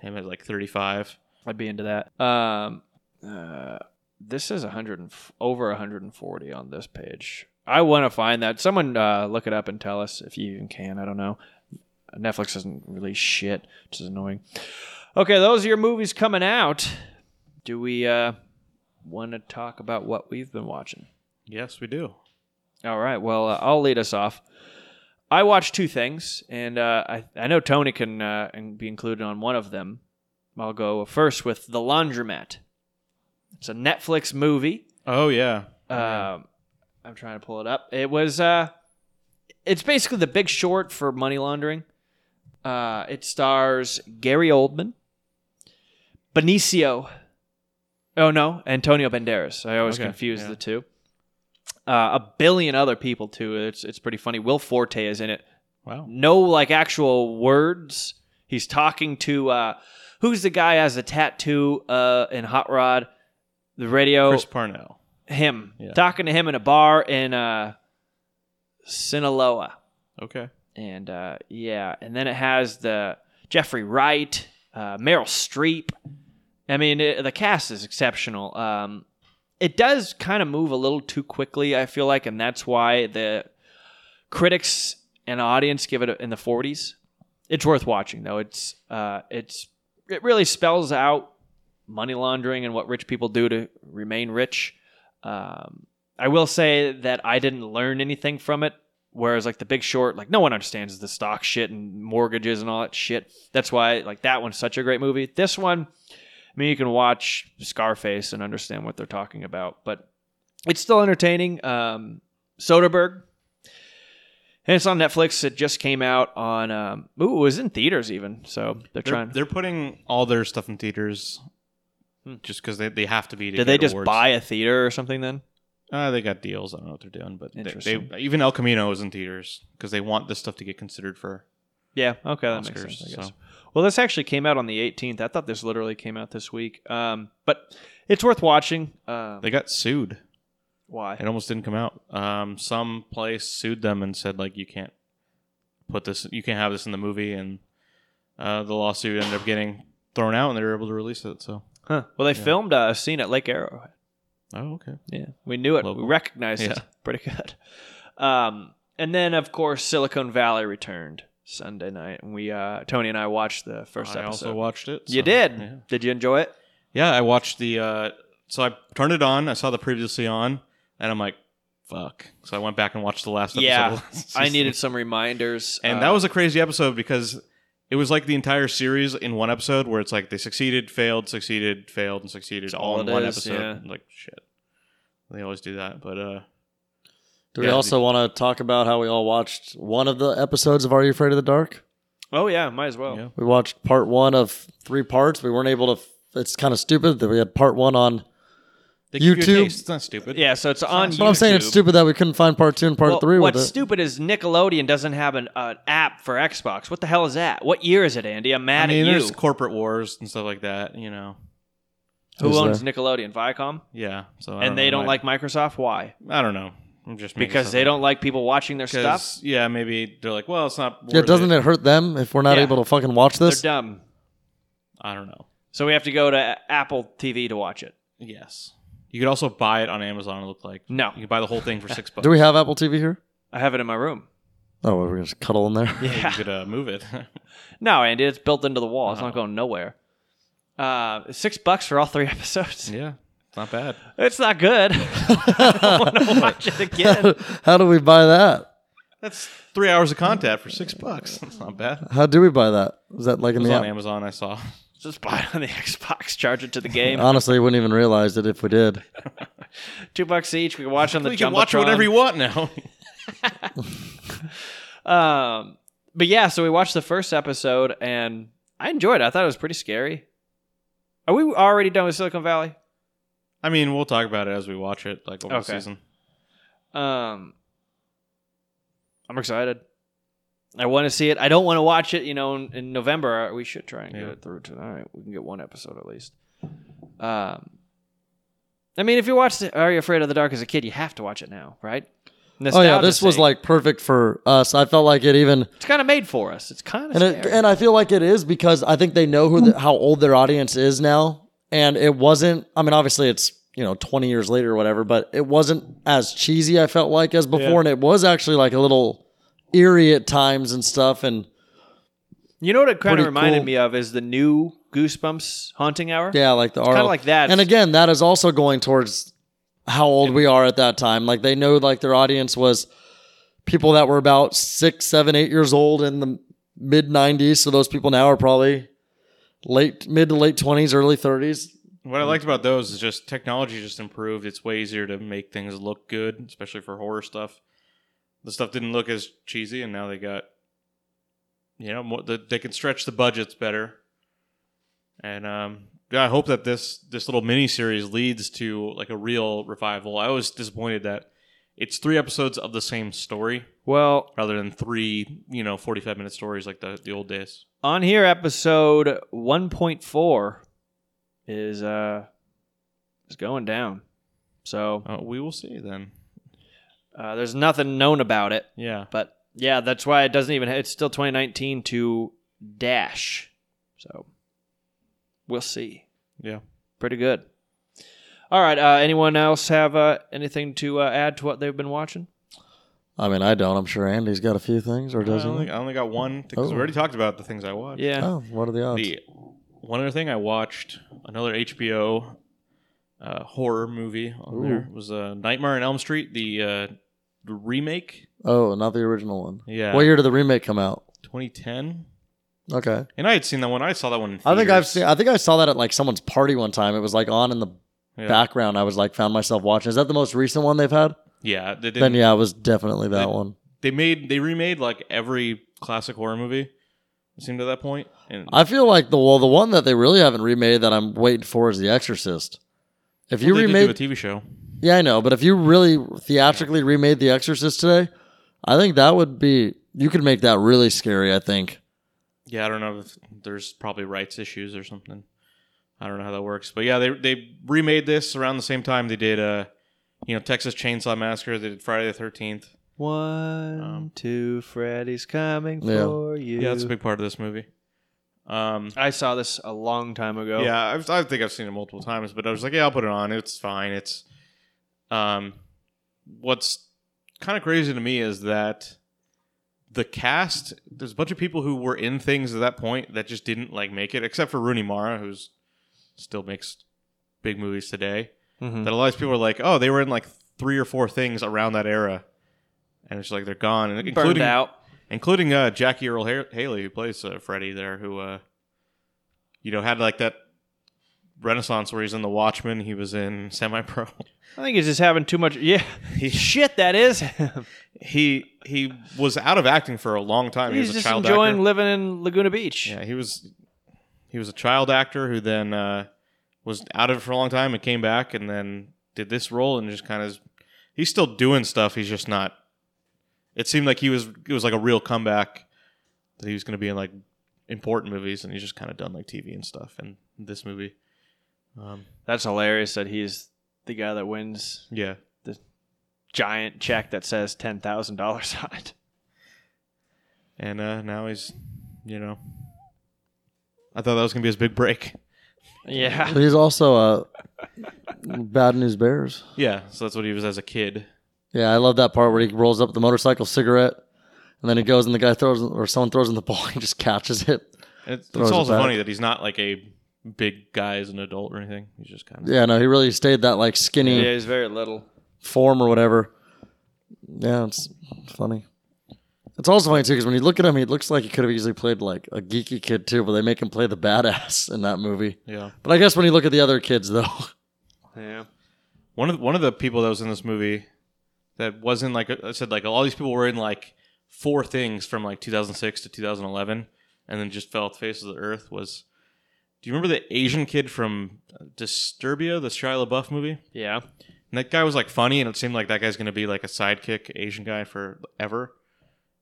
S3: him at like 35.
S2: I'd be into that. Um, uh, this is 100 and f- over 140 on this page. I want to find that. Someone uh, look it up and tell us if you even can. I don't know. Netflix doesn't release shit, which is annoying. Okay, those are your movies coming out. Do we uh, want to talk about what we've been watching?
S3: Yes, we do.
S2: All right. Well, uh, I'll lead us off. I watched two things, and uh, I, I know Tony can uh, and be included on one of them. I'll go first with The Laundromat. It's a Netflix movie.
S3: Oh yeah,
S2: Um, I'm trying to pull it up. It was. Uh, it's basically The Big Short for money laundering. Uh, it stars Gary Oldman, Benicio. Oh no, Antonio Banderas. I always
S3: Okay,
S2: confuse
S3: yeah.
S2: the two. Uh, a billion other people too. It's it's pretty funny. Will Forte is in it.
S3: wow.
S2: No like actual words. He's talking to uh, who's the guy has the tattoo uh, in Hot Rod, the radio
S3: Chris Parnell.
S2: him
S3: Yeah.
S2: talking to him in a bar in uh Sinaloa
S3: Okay.
S2: and uh yeah and then it has the Jeffrey Wright uh Meryl Streep I mean it, the cast is exceptional um it does kind of move a little too quickly I feel like and that's why the critics and audience give it a, in the 40s it's worth watching though it's uh it's it really spells out money laundering and what rich people do to remain rich um, I will say that I didn't learn anything from it. Whereas like the Big Short, like no one understands the stock shit and mortgages and all that shit. That's why like that one's such a great movie. This one, I mean, you can watch Scarface and understand what they're talking about, but it's still entertaining. Um, Soderbergh, and it's on Netflix. It just came out on. Um, ooh, it was in theaters even, so they're,
S3: They're,
S2: trying.
S3: they're putting all their stuff in theaters, just because they, they have to be. To
S2: Hmm. Did they
S3: get
S2: just
S3: awards.
S2: buy a theater or something then?
S3: Uh, they got deals. I don't know what they're doing, but they,
S2: Interesting.
S3: they even El Camino is in theaters because they want this stuff to get considered for.
S2: Yeah. Okay, that makes
S3: Oscars,
S2: sense. I guess.
S3: so.
S2: Well, this actually came out on the 18th. I thought this literally came out this week. Um, but it's worth watching. Um,
S3: They got sued.
S2: why?
S3: It almost didn't come out. Um, some place sued them and said like you can't put this, you can't have this in the movie, and uh, the lawsuit ended up getting thrown out, and they were able to release it. So,
S2: Huh. Well, they filmed uh, a scene at Lake Arrowhead.
S3: oh okay,
S2: Yeah, we knew it.
S3: Local.
S2: We recognized it.
S3: Yeah.
S2: Pretty good. Um, and then, of course, Silicon Valley returned Sunday night, and we uh, Tony and I watched the first
S3: I
S2: episode.
S3: also watched it.
S2: you
S3: so,
S2: did?
S3: Yeah.
S2: Did you enjoy it?
S3: Yeah, I watched the. Uh, so I turned it on. I saw the previously on, and I'm like, "Fuck!" So I went back and watched the last episode.
S2: yeah,
S3: of the season.
S2: I needed some reminders.
S3: And
S2: uh,
S3: that was a crazy episode because it was like the entire series in one episode, where it's like they succeeded, failed, succeeded, failed, and succeeded all
S2: all
S3: in
S2: it
S3: one
S2: is,
S3: episode.
S2: yeah.
S3: Like shit, they always do that. But uh,
S4: Do we
S3: Yeah.
S4: also want to talk about how we all watched one of the episodes of Are You Afraid of the Dark?
S2: oh yeah, might as well.
S3: Yeah.
S4: We watched part one of three parts. We weren't able to. It's kind of stupid that we had part one on.
S3: they give you a
S4: YouTube-
S3: taste. It's not stupid.
S2: Yeah, so it's on.
S4: But I'm saying it's
S2: YouTube.
S4: stupid that we couldn't find part two and part
S2: Well,
S4: three with
S2: what's
S4: it.
S2: stupid is Nickelodeon doesn't have an, an app for Xbox. What the hell is that? What year is it, Andy? I'm
S3: I
S2: mad
S3: mean,
S2: at
S3: there's
S2: you.
S3: corporate wars and stuff like that. You know,
S2: Who
S4: Is
S2: owns
S4: there-
S2: Nickelodeon? Viacom.
S3: yeah. So I
S2: And
S3: know,
S2: they don't
S3: might-
S2: like Microsoft. Why?
S3: I don't know. I'm just making
S2: Because
S3: stuff
S2: they
S3: up.
S2: don't like people watching their
S3: 'Cause,
S2: stuff.
S3: Yeah, maybe they're like, well, it's not.
S4: Yeah,
S3: worth
S4: doesn't it hurt them if we're not
S2: Yeah.
S4: able to fucking watch
S2: They're
S4: this?
S2: dumb.
S3: I don't know.
S2: So we have to go to A- Apple TV to watch it.
S3: Yes. You could also buy it on Amazon, it looked like.
S2: No.
S3: You could buy the whole thing for six bucks.
S4: Do we have Apple TV here?
S2: I have it in my room.
S4: Oh, we're gonna just cuddle in there.
S3: You
S2: Yeah.
S3: could uh, move it.
S2: No, Andy, it's built into the wall. It's
S3: Oh.
S2: not going nowhere. Uh, six bucks for all three episodes.
S3: yeah. Not bad.
S2: It's not good. I want to watch it again.
S4: How do we buy that?
S3: That's three hours of content for six bucks. That's not bad. It
S4: How do we buy that? Is that like in
S3: was
S4: the
S3: on
S4: app?
S3: Amazon, I saw.
S2: Just buy it on the Xbox, charge it to the game.
S4: Honestly, wouldn't even realize it if we did.
S2: Two bucks each. We can watch on the
S3: you can watch whatever you want now.
S2: Um, but yeah, so we watched the first episode and I enjoyed it. I thought it was pretty scary. Are we already done with Silicon Valley?
S3: I mean, we'll talk about it as we watch it, like over
S2: Okay.
S3: the season.
S2: Um, I'm excited. I want to see it. I don't want to watch it. You know, in, in November Uh, we should try and
S3: Yeah.
S2: get it through tonight. We can get one episode at least. Um, I mean, if you watched Are You Afraid of the Dark as a kid, you have to watch it now, right?
S4: Oh yeah,
S2: Nostalgia's
S4: this was
S2: sake.
S4: like perfect for us. I felt like it even,
S2: it's kind of made for us. It's kind of
S4: and it, and I feel like it is because I think they know who the, how old their audience is now, and it wasn't. I mean, obviously it's you know twenty years later or whatever, but it wasn't as cheesy. I felt like as before,
S3: Yeah.
S4: and it was actually like a little eerie at times and stuff. And
S2: you know what it kind
S4: pretty
S2: of reminded
S4: cool.
S2: me of is the new Goosebumps Haunting Hour.
S4: yeah, like the
S2: kind
S4: RL
S2: of like that.
S4: And again, that is also going towards how old we are at that time. Like they know like their audience was people that were about six, seven, eight years old in the mid nineties. So those people now are probably late mid to late twenties, early thirties.
S3: What I liked about those is just technology just improved. It's way easier to make things look good, especially for horror stuff. The stuff didn't look as cheesy, and now they got, you know, more, the, they can stretch the budgets better. And um, yeah, I hope that this this little mini series leads to like a real revival. I was disappointed that it's three episodes of the same story
S2: well,
S3: rather than three, you know, forty five minute stories like the the old days.
S2: on here episode 1.4 is uh is going down so
S3: Uh, we will see then.
S2: uh, there's nothing known about it
S3: Yeah.
S2: but yeah that's why it doesn't even it's still 2019 to dash so we'll see
S3: Yeah.
S2: pretty good all right uh, anyone else have uh, anything to uh, add to what they've been watching
S4: I mean, I don't. I'm sure Andy's got a few things, or
S3: I
S4: does
S3: only,
S4: he?
S3: I only got one because
S4: Oh.
S3: we already talked about the things I watched.
S2: yeah
S4: Oh, what are the odds?
S3: uh, The one other thing I watched another HBO uh, horror movie on there was uh, Nightmare on Elm Street, the uh, the remake,
S4: oh, not the original one.
S3: Yeah.
S4: What year did the remake come out?
S3: 2010.
S4: Okay.
S3: And I had seen that one. I saw that one. In
S4: I think
S3: theaters.
S4: I've seen. I think I saw that at like someone's party one time. It was like on in the
S3: Yeah.
S4: background. I was like, found myself watching. Is that the most recent one they've had?
S3: Yeah, they
S4: Then
S3: did.
S4: yeah, it was definitely that
S3: They-
S4: one.
S3: They made they remade like every classic horror movie. It seemed at that point, and
S4: I feel like the well, the one that they really haven't remade that I'm waiting for is The Exorcist. If you
S3: Well, they did
S4: remade,
S3: do a TV show.
S4: yeah, I know, but if you really theatrically remade The Exorcist today, I think that would be you could make that really scary. I think.
S3: Yeah, I don't know if there's probably rights issues or something. I don't know how that works, but yeah, they they remade this around the same time they did uh, you know, Texas Chainsaw Massacre. They did Friday the Thirteenth.
S2: one
S3: Um,
S2: two freddy's coming
S4: Yeah.
S2: for you
S3: Yeah, that's a big part of this movie. Um,
S2: i saw this a long time ago
S3: yeah, I've, I think I've seen it multiple times, but I was like, yeah, I'll put it on. It's fine. It's, um, what's kind of crazy to me is that the cast. There's a bunch of people who were in things at that point that just didn't like make it, except for Rooney Mara, who's still makes big movies today.
S2: Mhm.
S3: That a lot of people are like, oh, they were in like three or four things around that era, and it's like they're gone, and
S2: burned
S3: including
S2: out
S3: including uh, Jackie Earl Ha- Haley, who plays uh, Freddy there, who uh, you know had like that renaissance where he's in The Watchmen, he was in Semi Pro.
S2: I think he's just having too much. Yeah, shit, that is. him.
S3: he he was out of acting for a long time.
S2: he's
S3: he was a
S2: just
S3: child
S2: enjoying
S3: actor.
S2: living in Laguna Beach.
S3: yeah, he was he was a child actor who then uh, was out of it for a long time and came back and then did this role and just kind of he's still doing stuff. He's just not. It seemed like he was it was like a real comeback that he was going to be in like important movies and he's just kind of done like TV and stuff and this movie. Um,
S2: That's hilarious that he's the guy that wins
S3: yeah,
S2: giant check that says ten thousand dollars on it.
S3: and uh, now he's you know. I thought that was gonna be his big break.
S2: Yeah,
S4: But he's also uh, Bad News Bears.
S3: Yeah, so that's what he was as a kid.
S4: Yeah, I love that part where he rolls up the motorcycle cigarette, and then he goes and the guy throws or someone throws him the ball. He just catches it.
S3: And It's,
S4: Throws
S3: it's
S4: it
S3: also
S4: back.
S3: funny that he's not like a big guy as an adult or anything. He's just kind of
S4: Yeah, no, he really stayed that like
S2: yeah,
S4: skinny
S2: he's very little.
S4: form or whatever. Yeah, it's funny. It's also funny too because when you look at him, he looks like he could have easily played like a geeky kid too, but they make him play the badass in that movie.
S3: yeah.
S4: But I guess when you look at the other kids though,
S2: Yeah,
S3: One of the, one of the people that was in this movie that wasn't like I said like all these people were in like four things from like 2006 to 2011 and then just fell off the face of the earth was Do you remember the Asian kid from Disturbia, the Shia LaBeouf movie?
S2: yeah.
S3: And that guy was like funny, and it seemed like that guy's gonna be like a sidekick Asian guy forever.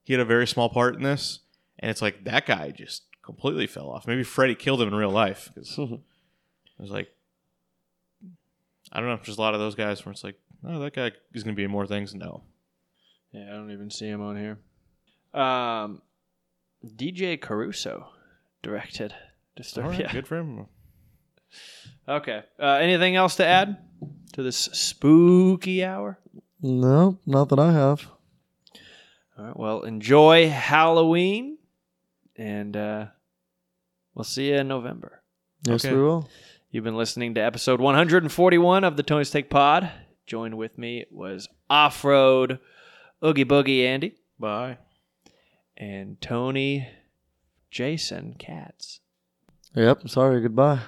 S3: He had a very small part in this, and it's like that guy just completely fell off. Maybe Freddy killed him in real life because it was like I don't know, just a lot of those guys where it's like, oh, that guy is going to be in more things. No,
S2: Yeah, I don't even see him on here. Um, DJ Caruso directed
S3: All right,
S2: Disturbia.
S3: good for him.
S2: okay. Uh, anything else to add to this spooky hour?
S4: No, not that I have.
S2: All right. Well, enjoy Halloween, and uh, we'll see you in November.
S4: Yes,
S3: Okay.
S4: we will.
S2: You've been listening to episode 141 of the Tony's Take Pod. Joined with me was Off Road Oogie Boogie Andy
S3: Bye.
S2: and Tony Jason Katz.
S4: Yep. Sorry. Goodbye.